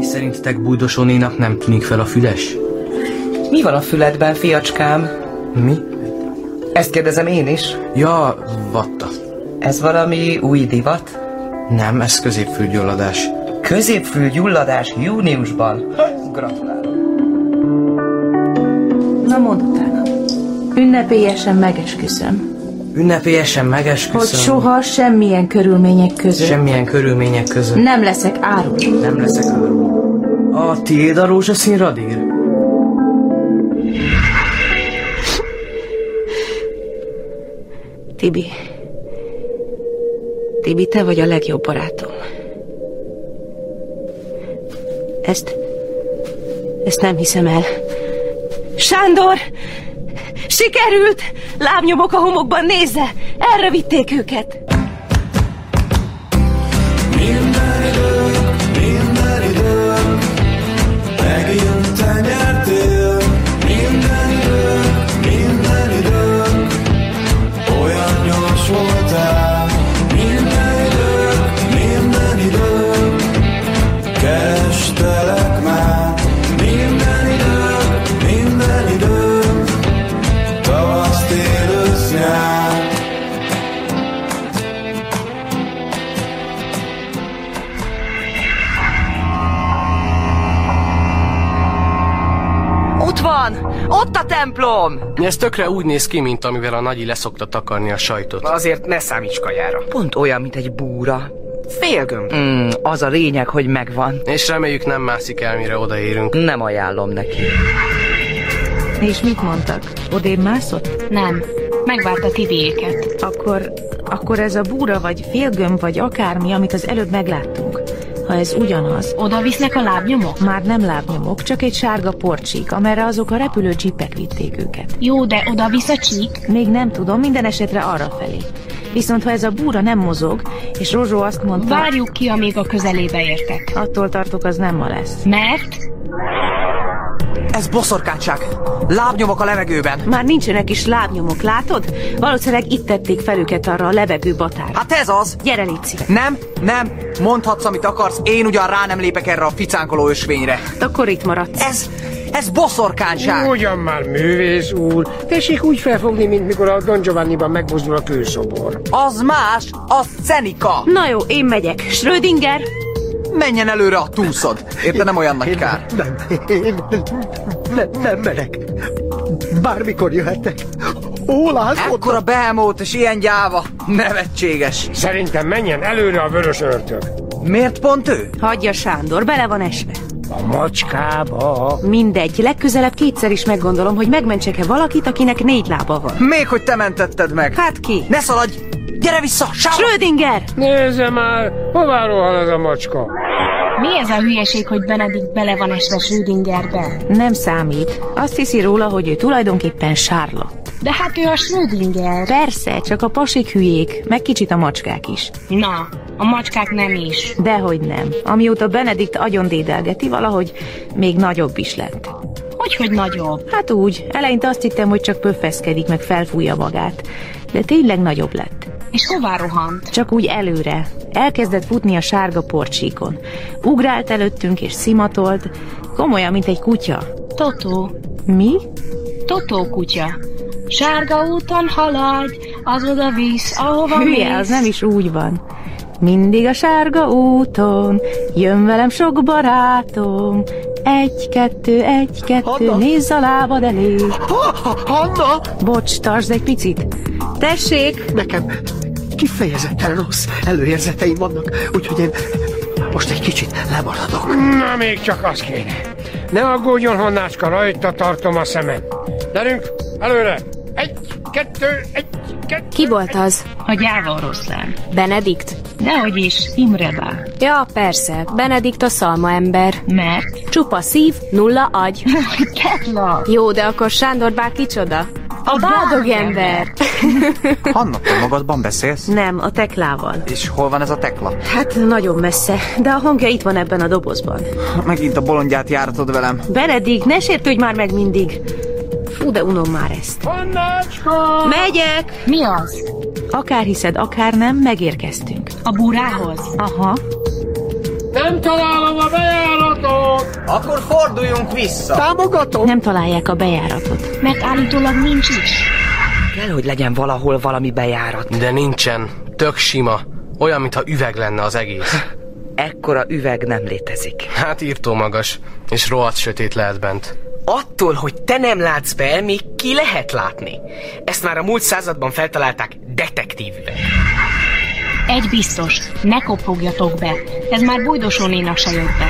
És szerintetek bújdosónénak nem tűnik fel a füles?
Mi van a füledben, fiacskám?
Mi?
Ezt kérdezem én is.
Ja, vatta.
Ez valami új divat?
Nem, ez középfülgyulladás.
Középfülgyulladás júniusban. Gratulálok.
Na mondd utána. Ünnepélyesen megesküszöm,
Ünnepélyesen megesküszöm.
hogy soha semmilyen körülmények között
Semmilyen körülmények között.
nem leszek árul.
Nem leszek áruló. A tiéd a rózsaszín radír?
Tibi. Tibi, te vagy a legjobb barátom. Ezt... Ezt nem hiszem el. Sándor! Sikerült! Lábnyomok a homokban, nézze! Erre vitték őket!
minden idő, megjön, te nyertél. Minden idő, minden idő, olyan gyors voltál. Minden idő, minden idő, kerestelek már. Minden idő, minden idő, tavasz, tél, ősz, nyár.
Ott van! Ott a templom!
Ez tökre úgy néz ki, mint amivel a nagyi leszokta takarni a sajtot.
Azért ne számíts kajára. Pont olyan, mint egy búra. Félgömb. Mm, az a lényeg, hogy megvan.
És reméljük nem mászik el, mire odaérünk.
Nem ajánlom neki.
És mit mondtak? Odébb mászott?
Nem. Megvárt a Tibiéket.
Akkor, akkor ez a búra, vagy félgömb, vagy akármi, amit az előbb megláttunk. Ha ez ugyanaz...
Oda visznek a lábnyomok?
Már nem lábnyomok, csak egy sárga porcsik, amerre azok a repülő csípek vitték őket.
Jó, de oda visz a csík?
Még nem tudom, minden esetre arra felé. Viszont ha ez a búra nem mozog, és Rózsó azt mondta...
Várjuk ki, amíg a közelébe értek.
Attól tartok, az nem ma lesz.
Mert?
Ez boszorkátság! Lábnyomok a levegőben!
Már nincsenek is lábnyomok, látod? Valószínűleg itt tették fel őket arra a levegő batára.
Hát ez az!
Gyere, légy szíves.
Nem, nem, mondhatsz, amit akarsz, én ugyan rá nem lépek erre a ficánkoló ösvényre.
Akkor itt maradsz.
Ez, ez boszorkányság!
Ugyan már, művész úr. Tessék úgy felfogni, mint mikor a Don Giovanniban megmozdul a kőszobor.
Az más, az szenika!
Na jó, én megyek. Schrödinger,
Menjen előre a túszod. Érte nem olyan nagy kár.
Nem, én nem, nem merek. Bármikor jöhetek. Ó, látod?
Ekkora behemót és ilyen gyáva. Nevetséges.
Szerintem menjen előre a vörös örtök.
Miért pont ő?
Hagyja Sándor, bele van esve.
A macskába.
Mindegy, legközelebb kétszer is meggondolom, hogy megmentsek-e valakit, akinek négy lába van.
Még hogy te mentetted meg.
Hát ki?
Ne szaladj! Gyere vissza! Sáv!
Schrödinger!
Nézze már, hová rohan ez a macska?
Mi ez a hülyeség, hogy Benedikt bele van esve Schrödingerbe?
Nem számít. Azt hiszi róla, hogy ő tulajdonképpen Charlotte.
De hát ő a Schrödinger.
Persze, csak a pasik hülyék, meg kicsit a macskák is.
Na, a macskák nem is.
Dehogy nem. Amióta Benedikt agyon dédelgeti, valahogy még nagyobb is lett.
Hogy, hogy nagyobb?
Hát úgy. Eleinte azt hittem, hogy csak pöffeszkedik, meg felfújja magát. De tényleg nagyobb lett.
És hová rohant?
Csak úgy előre. Elkezdett futni a sárga porcsíkon. Ugrált előttünk és szimatolt. Komolyan, mint egy kutya.
Totó.
Mi?
Totó kutya. Sárga úton haladj, az oda visz, ahova
Hülye,
mész.
az nem is úgy van. Mindig a sárga úton, jön velem sok barátom. Egy, kettő, egy, kettő,
Anna!
nézz a lábad elé.
Anna!
Bocs, tartsd egy picit. Tessék!
Nekem kifejezetten rossz előérzeteim vannak, úgyhogy én most egy kicsit lemaradok.
Na, még csak az kéne. Ne aggódjon, Hannácska, rajta tartom a szemem. Gyerünk, előre! Egy, kettő, egy, kettő.
Ki volt az?
A gyáva oroszlán.
Benedikt?
Dehogy is, Imre bá.
Ja, persze. Benedikt a szalma ember.
Mert?
Csupa szív, nulla agy.
Ketla!
Jó, de akkor Sándor bár kicsoda? A bádog ember.
Hanna, te magadban beszélsz?
Nem, a teklával.
És hol van ez a tekla?
Hát nagyon messze, de a hangja itt van ebben a dobozban.
Megint a bolondját járatod velem.
Benedikt, ne sértődj már meg mindig. Fú, de unom már ezt.
Hannácska!
Megyek!
Mi az?
Akár hiszed, akár nem, megérkeztünk.
A búrához?
Aha.
Nem találom a bejáratot!
Akkor forduljunk vissza.
Támogatom!
Nem találják a bejáratot.
Mert állítólag nincs is.
Kell, hogy legyen valahol valami bejárat.
De nincsen. Tök sima. Olyan, mintha üveg lenne az egész.
Ekkora üveg nem létezik.
Hát írtó magas, és rohadt sötét lehet bent.
Attól, hogy te nem látsz be, még ki lehet látni. Ezt már a múlt században feltalálták detektívüveg.
Egy biztos, ne kopogjatok be. Ez már Bújdosó nénak se jött be.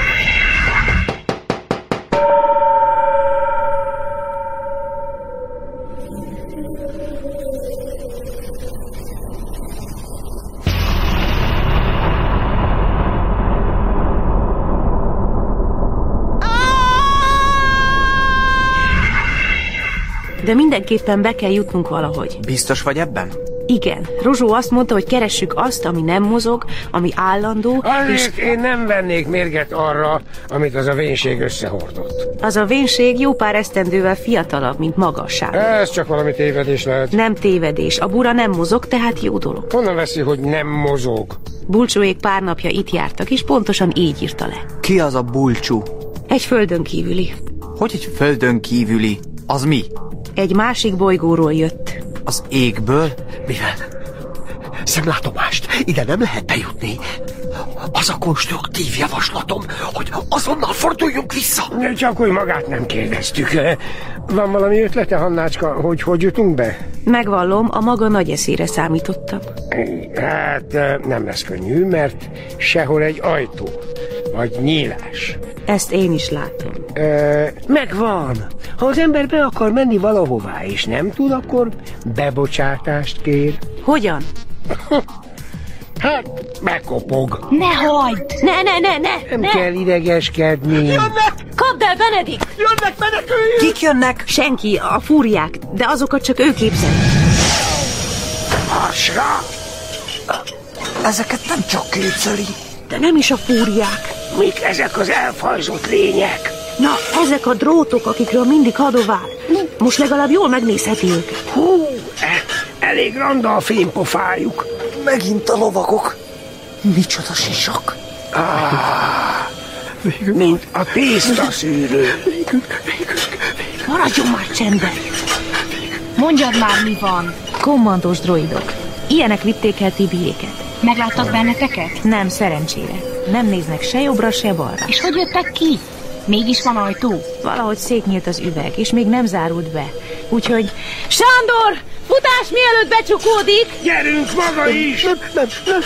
De mindenképpen be kell jutnunk valahogy.
Biztos vagy ebben?
Igen, Rozsó azt mondta, hogy keressük azt, ami nem mozog, ami állandó, és
Azért én nem vennék mérget arra, amit az a vénység összehordott.
az a vénség jó pár esztendővel fiatalabb, mint maga a sárga.
Ez csak valami tévedés lehet.
Nem tévedés, a bura nem mozog, tehát jó dolog.
Honnan veszi, hogy nem mozog?
Bulcsóék pár napja itt jártak, és pontosan így írta le.
Ki az a bulcsú?
Egy földön kívüli.
Hogy egy földön kívüli? Az mi?
Egy másik bolygóról jött.
Az égből?
Mivel? Szemlátomást ide nem lehet bejutni. Az a konstruktív javaslatom, hogy azonnal forduljunk vissza.
De Csak úgy magát nem kérdeztük. Van valami ötlete, Hannácska, hogy hogy jutunk be?
Megvallom, a maga nagy eszére számítottam.
Hát nem lesz könnyű, mert sehol egy ajtó, vagy nyílás.
Ezt én is látom.
Ö, megvan. Ha az ember be akar menni valahová, és nem tud, akkor bebocsátást kér.
Hogyan?
Hát, bekopog.
Ne hagyd!
Ne, ne, ne, ne!
Nem
ne.
kell idegeskedni.
Kapd el, Benedikt!
Jönnek, meneküljünk!
Kik jönnek? Senki, a fúriák, de azokat csak ő képzel.
Marsra! Ezeket nem csak képzeli.
De nem is a fúriák.
Mik ezek az elfajzott lények?
Na, ezek a drótok, akikről mindig hadovál. Most legalább jól megnézheti őket.
Hú, e- elég randa a fénypofájuk.
Megint a lovagok. Micsoda sisak.
Ah, mint a tésztaszűrő.
Maradjon már csendben!
Mondjad már, mi van.
Kommandós droidok. Ilyenek vitték el Tibiéket.
Megláttak benneteket?
Nem, szerencsére. Nem néznek se jobbra, se balra.
És hogy jöttek ki? Mégis van ajtó?
Valahogy szétnyílt az üveg, és még nem zárult be. Úgyhogy... Sándor! Futás mielőtt becsukódik!
Gyerünk maga is!
Nem, nem, nem,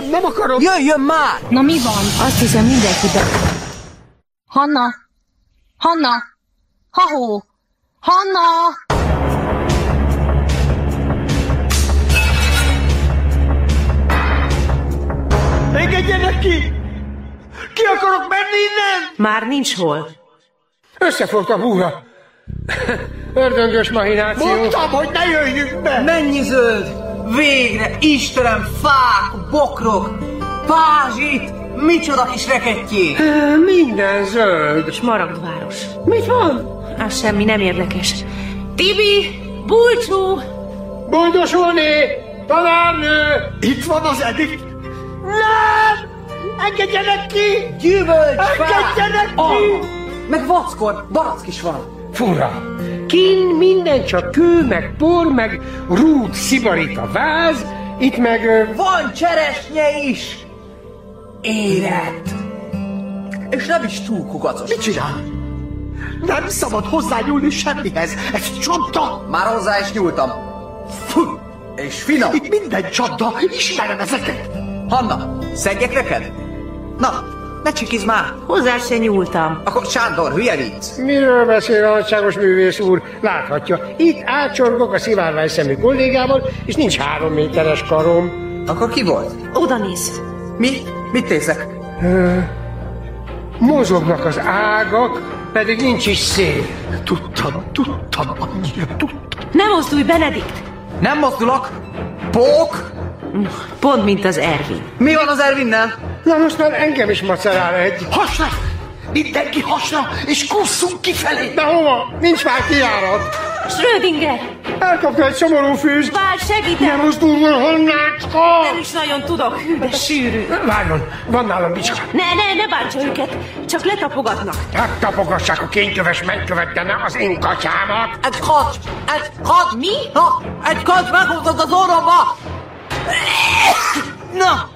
nem, nem akarom.
Jöjjön már!
Na mi van?
Azt hiszem mindenki be...
Hanna! Hanna! Hahó! Hanna!
Engedjenek ki! Ki akarok menni innen?
Már nincs hol.
Összefogt a búra. Ördöngös mahináció.
Mondtam, hogy ne jöjjünk be!
Mennyi zöld? Végre, Istenem, fák, bokrok, pázsit, micsoda kis rekettjé!
Minden zöld.
Smaragdváros.
Mit van?
Az semmi nem érdekes. Tibi! Bulcsú!
Boldosulni! Tanárnő!
Itt van az eddig? Nem! Engedjenek ki!
Gyümölcs,
Engedjenek ki!
alma, meg vackor, barack is van.
Fura. Kin minden csak kő, meg por, meg rúd szibarít a váz, itt meg... ö,
Van cseresnye is! Érett! És nem is túl kukacos.
Mit csinál? Nem szabad hozzányúlni semmihez. Ez csonta!
Már hozzá is nyúltam. Fú, és finom.
Itt minden csonta. Ismerem ezeket.
Hanna, szedjek neked? Na, ne csikizz már!
Hozzá se nyúltam.
Akkor Sándor, hülye vicc!
Miről beszél a nagyságos művész úr? Láthatja, itt átcsorgok a szivárvány szemű kollégával, és nincs három méteres karom.
Akkor ki volt?
Oda néz.
Mi? Mit nézek?
Ö, Mozognak az ágak, pedig nincs is szél.
Tudtam, tudtam, annyira tudtam.
Ne mozdulj, Benedikt!
Nem mozdulok! Pók!
Pont, mint az Ervin.
Mi van az Ervinnel?
Na most már engem is macerál egy.
Hasra! Mindenki hasra, és kusszunk kifelé!
De hova? Nincs már kiárat.
Schrödinger!
Elkapta egy szomorú fűst.
Vár, segítek!
Nem mozdulj, honnácska!
Nem is nagyon tudok, hű, de sűrű.
Várjon, van nálam bicska.
Ne, ne, ne bántsa őket! Csak letapogatnak.
Hát tapogassák a kényköves megkövetene az én kacsámat.
Hát
Egy kacs! Egy kacs!
Mi?
Na, egy kacs meghúzott az orromba! Na,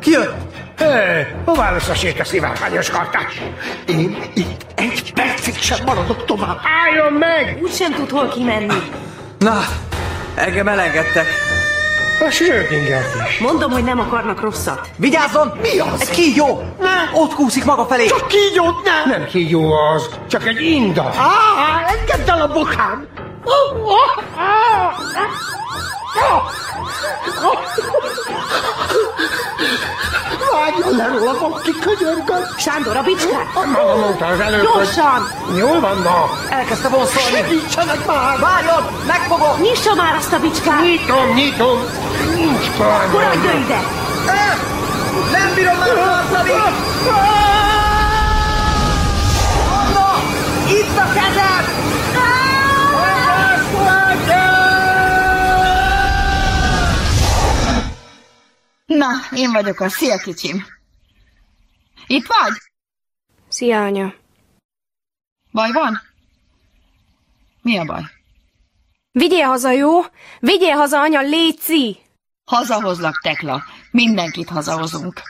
ki jött?
Hé, hová lesz a séta szivárványos kartás?
Én itt egy percig sem maradok tovább.
Álljon meg!
Úgy sem tud hol kimenni.
Na, engem elengedtek.
A Schrödinger is.
Mondom, hogy nem akarnak rosszat.
Vigyázzon! Mi az? Egy kígyó! Ne! Ott kúszik maga felé!
Csak kígyót nem!
Nem kígyó az, csak egy inda.
Á, engedd el a bokám! Vágjon le róla, valaki könyörgöm!
Sándor, a bicskát!
Maga mondta az előbb,
Gyorsan!
hogy... Jól van ma.
Elkezdte vonszolni!
Segítsenek már!
Várjon! Megfogom!
Nyissa már azt a bicskát!
Nyitom, nyitom. Nincs
Uram,
karmam.
gyere ide!
Eh! Nem bírom már tartani! Anna! Itt a kezem!
Na, én vagyok a szia kicsim. Itt vagy?
Szia, anya.
Baj van? Mi a baj?
Vigyél haza, jó? Vigyél haza, anya, léci!
Hazahozlak, Tekla. Mindenkit hazahozunk.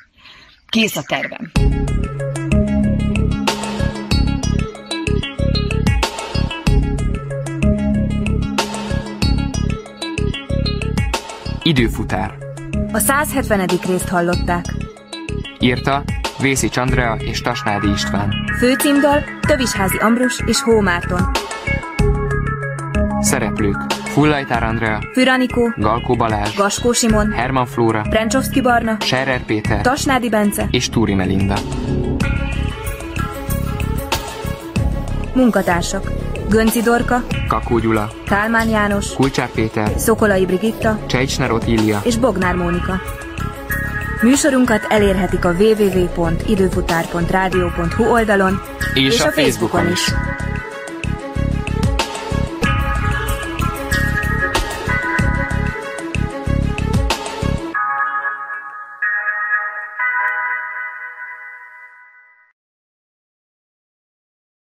Kész a tervem.
Időfutár.
A 170. részt hallották.
Írta Vészics Andrea és Tasnádi István.
Főcímdal Tövisházi Ambrus és Hó Márton.
Szereplők Fullajtár Andrea,
Füranikó,
Galkó Balázs,
Gaskó Simon,
Herman Flóra,
Prencsovszki Barna,
Serrer Péter
Tasnádi Bence,
és Túri Melinda.
munkatársak Gönci Dorka,
Kakó Gyula,
Kálmán János,
Kulcsár Péter,
Szokolai Brigitta
Csejcsner Otília,
és Bognár Mónika. Műsorunkat elérhetik a www.időfutár.rádió.hu oldalon
És a Facebookon is.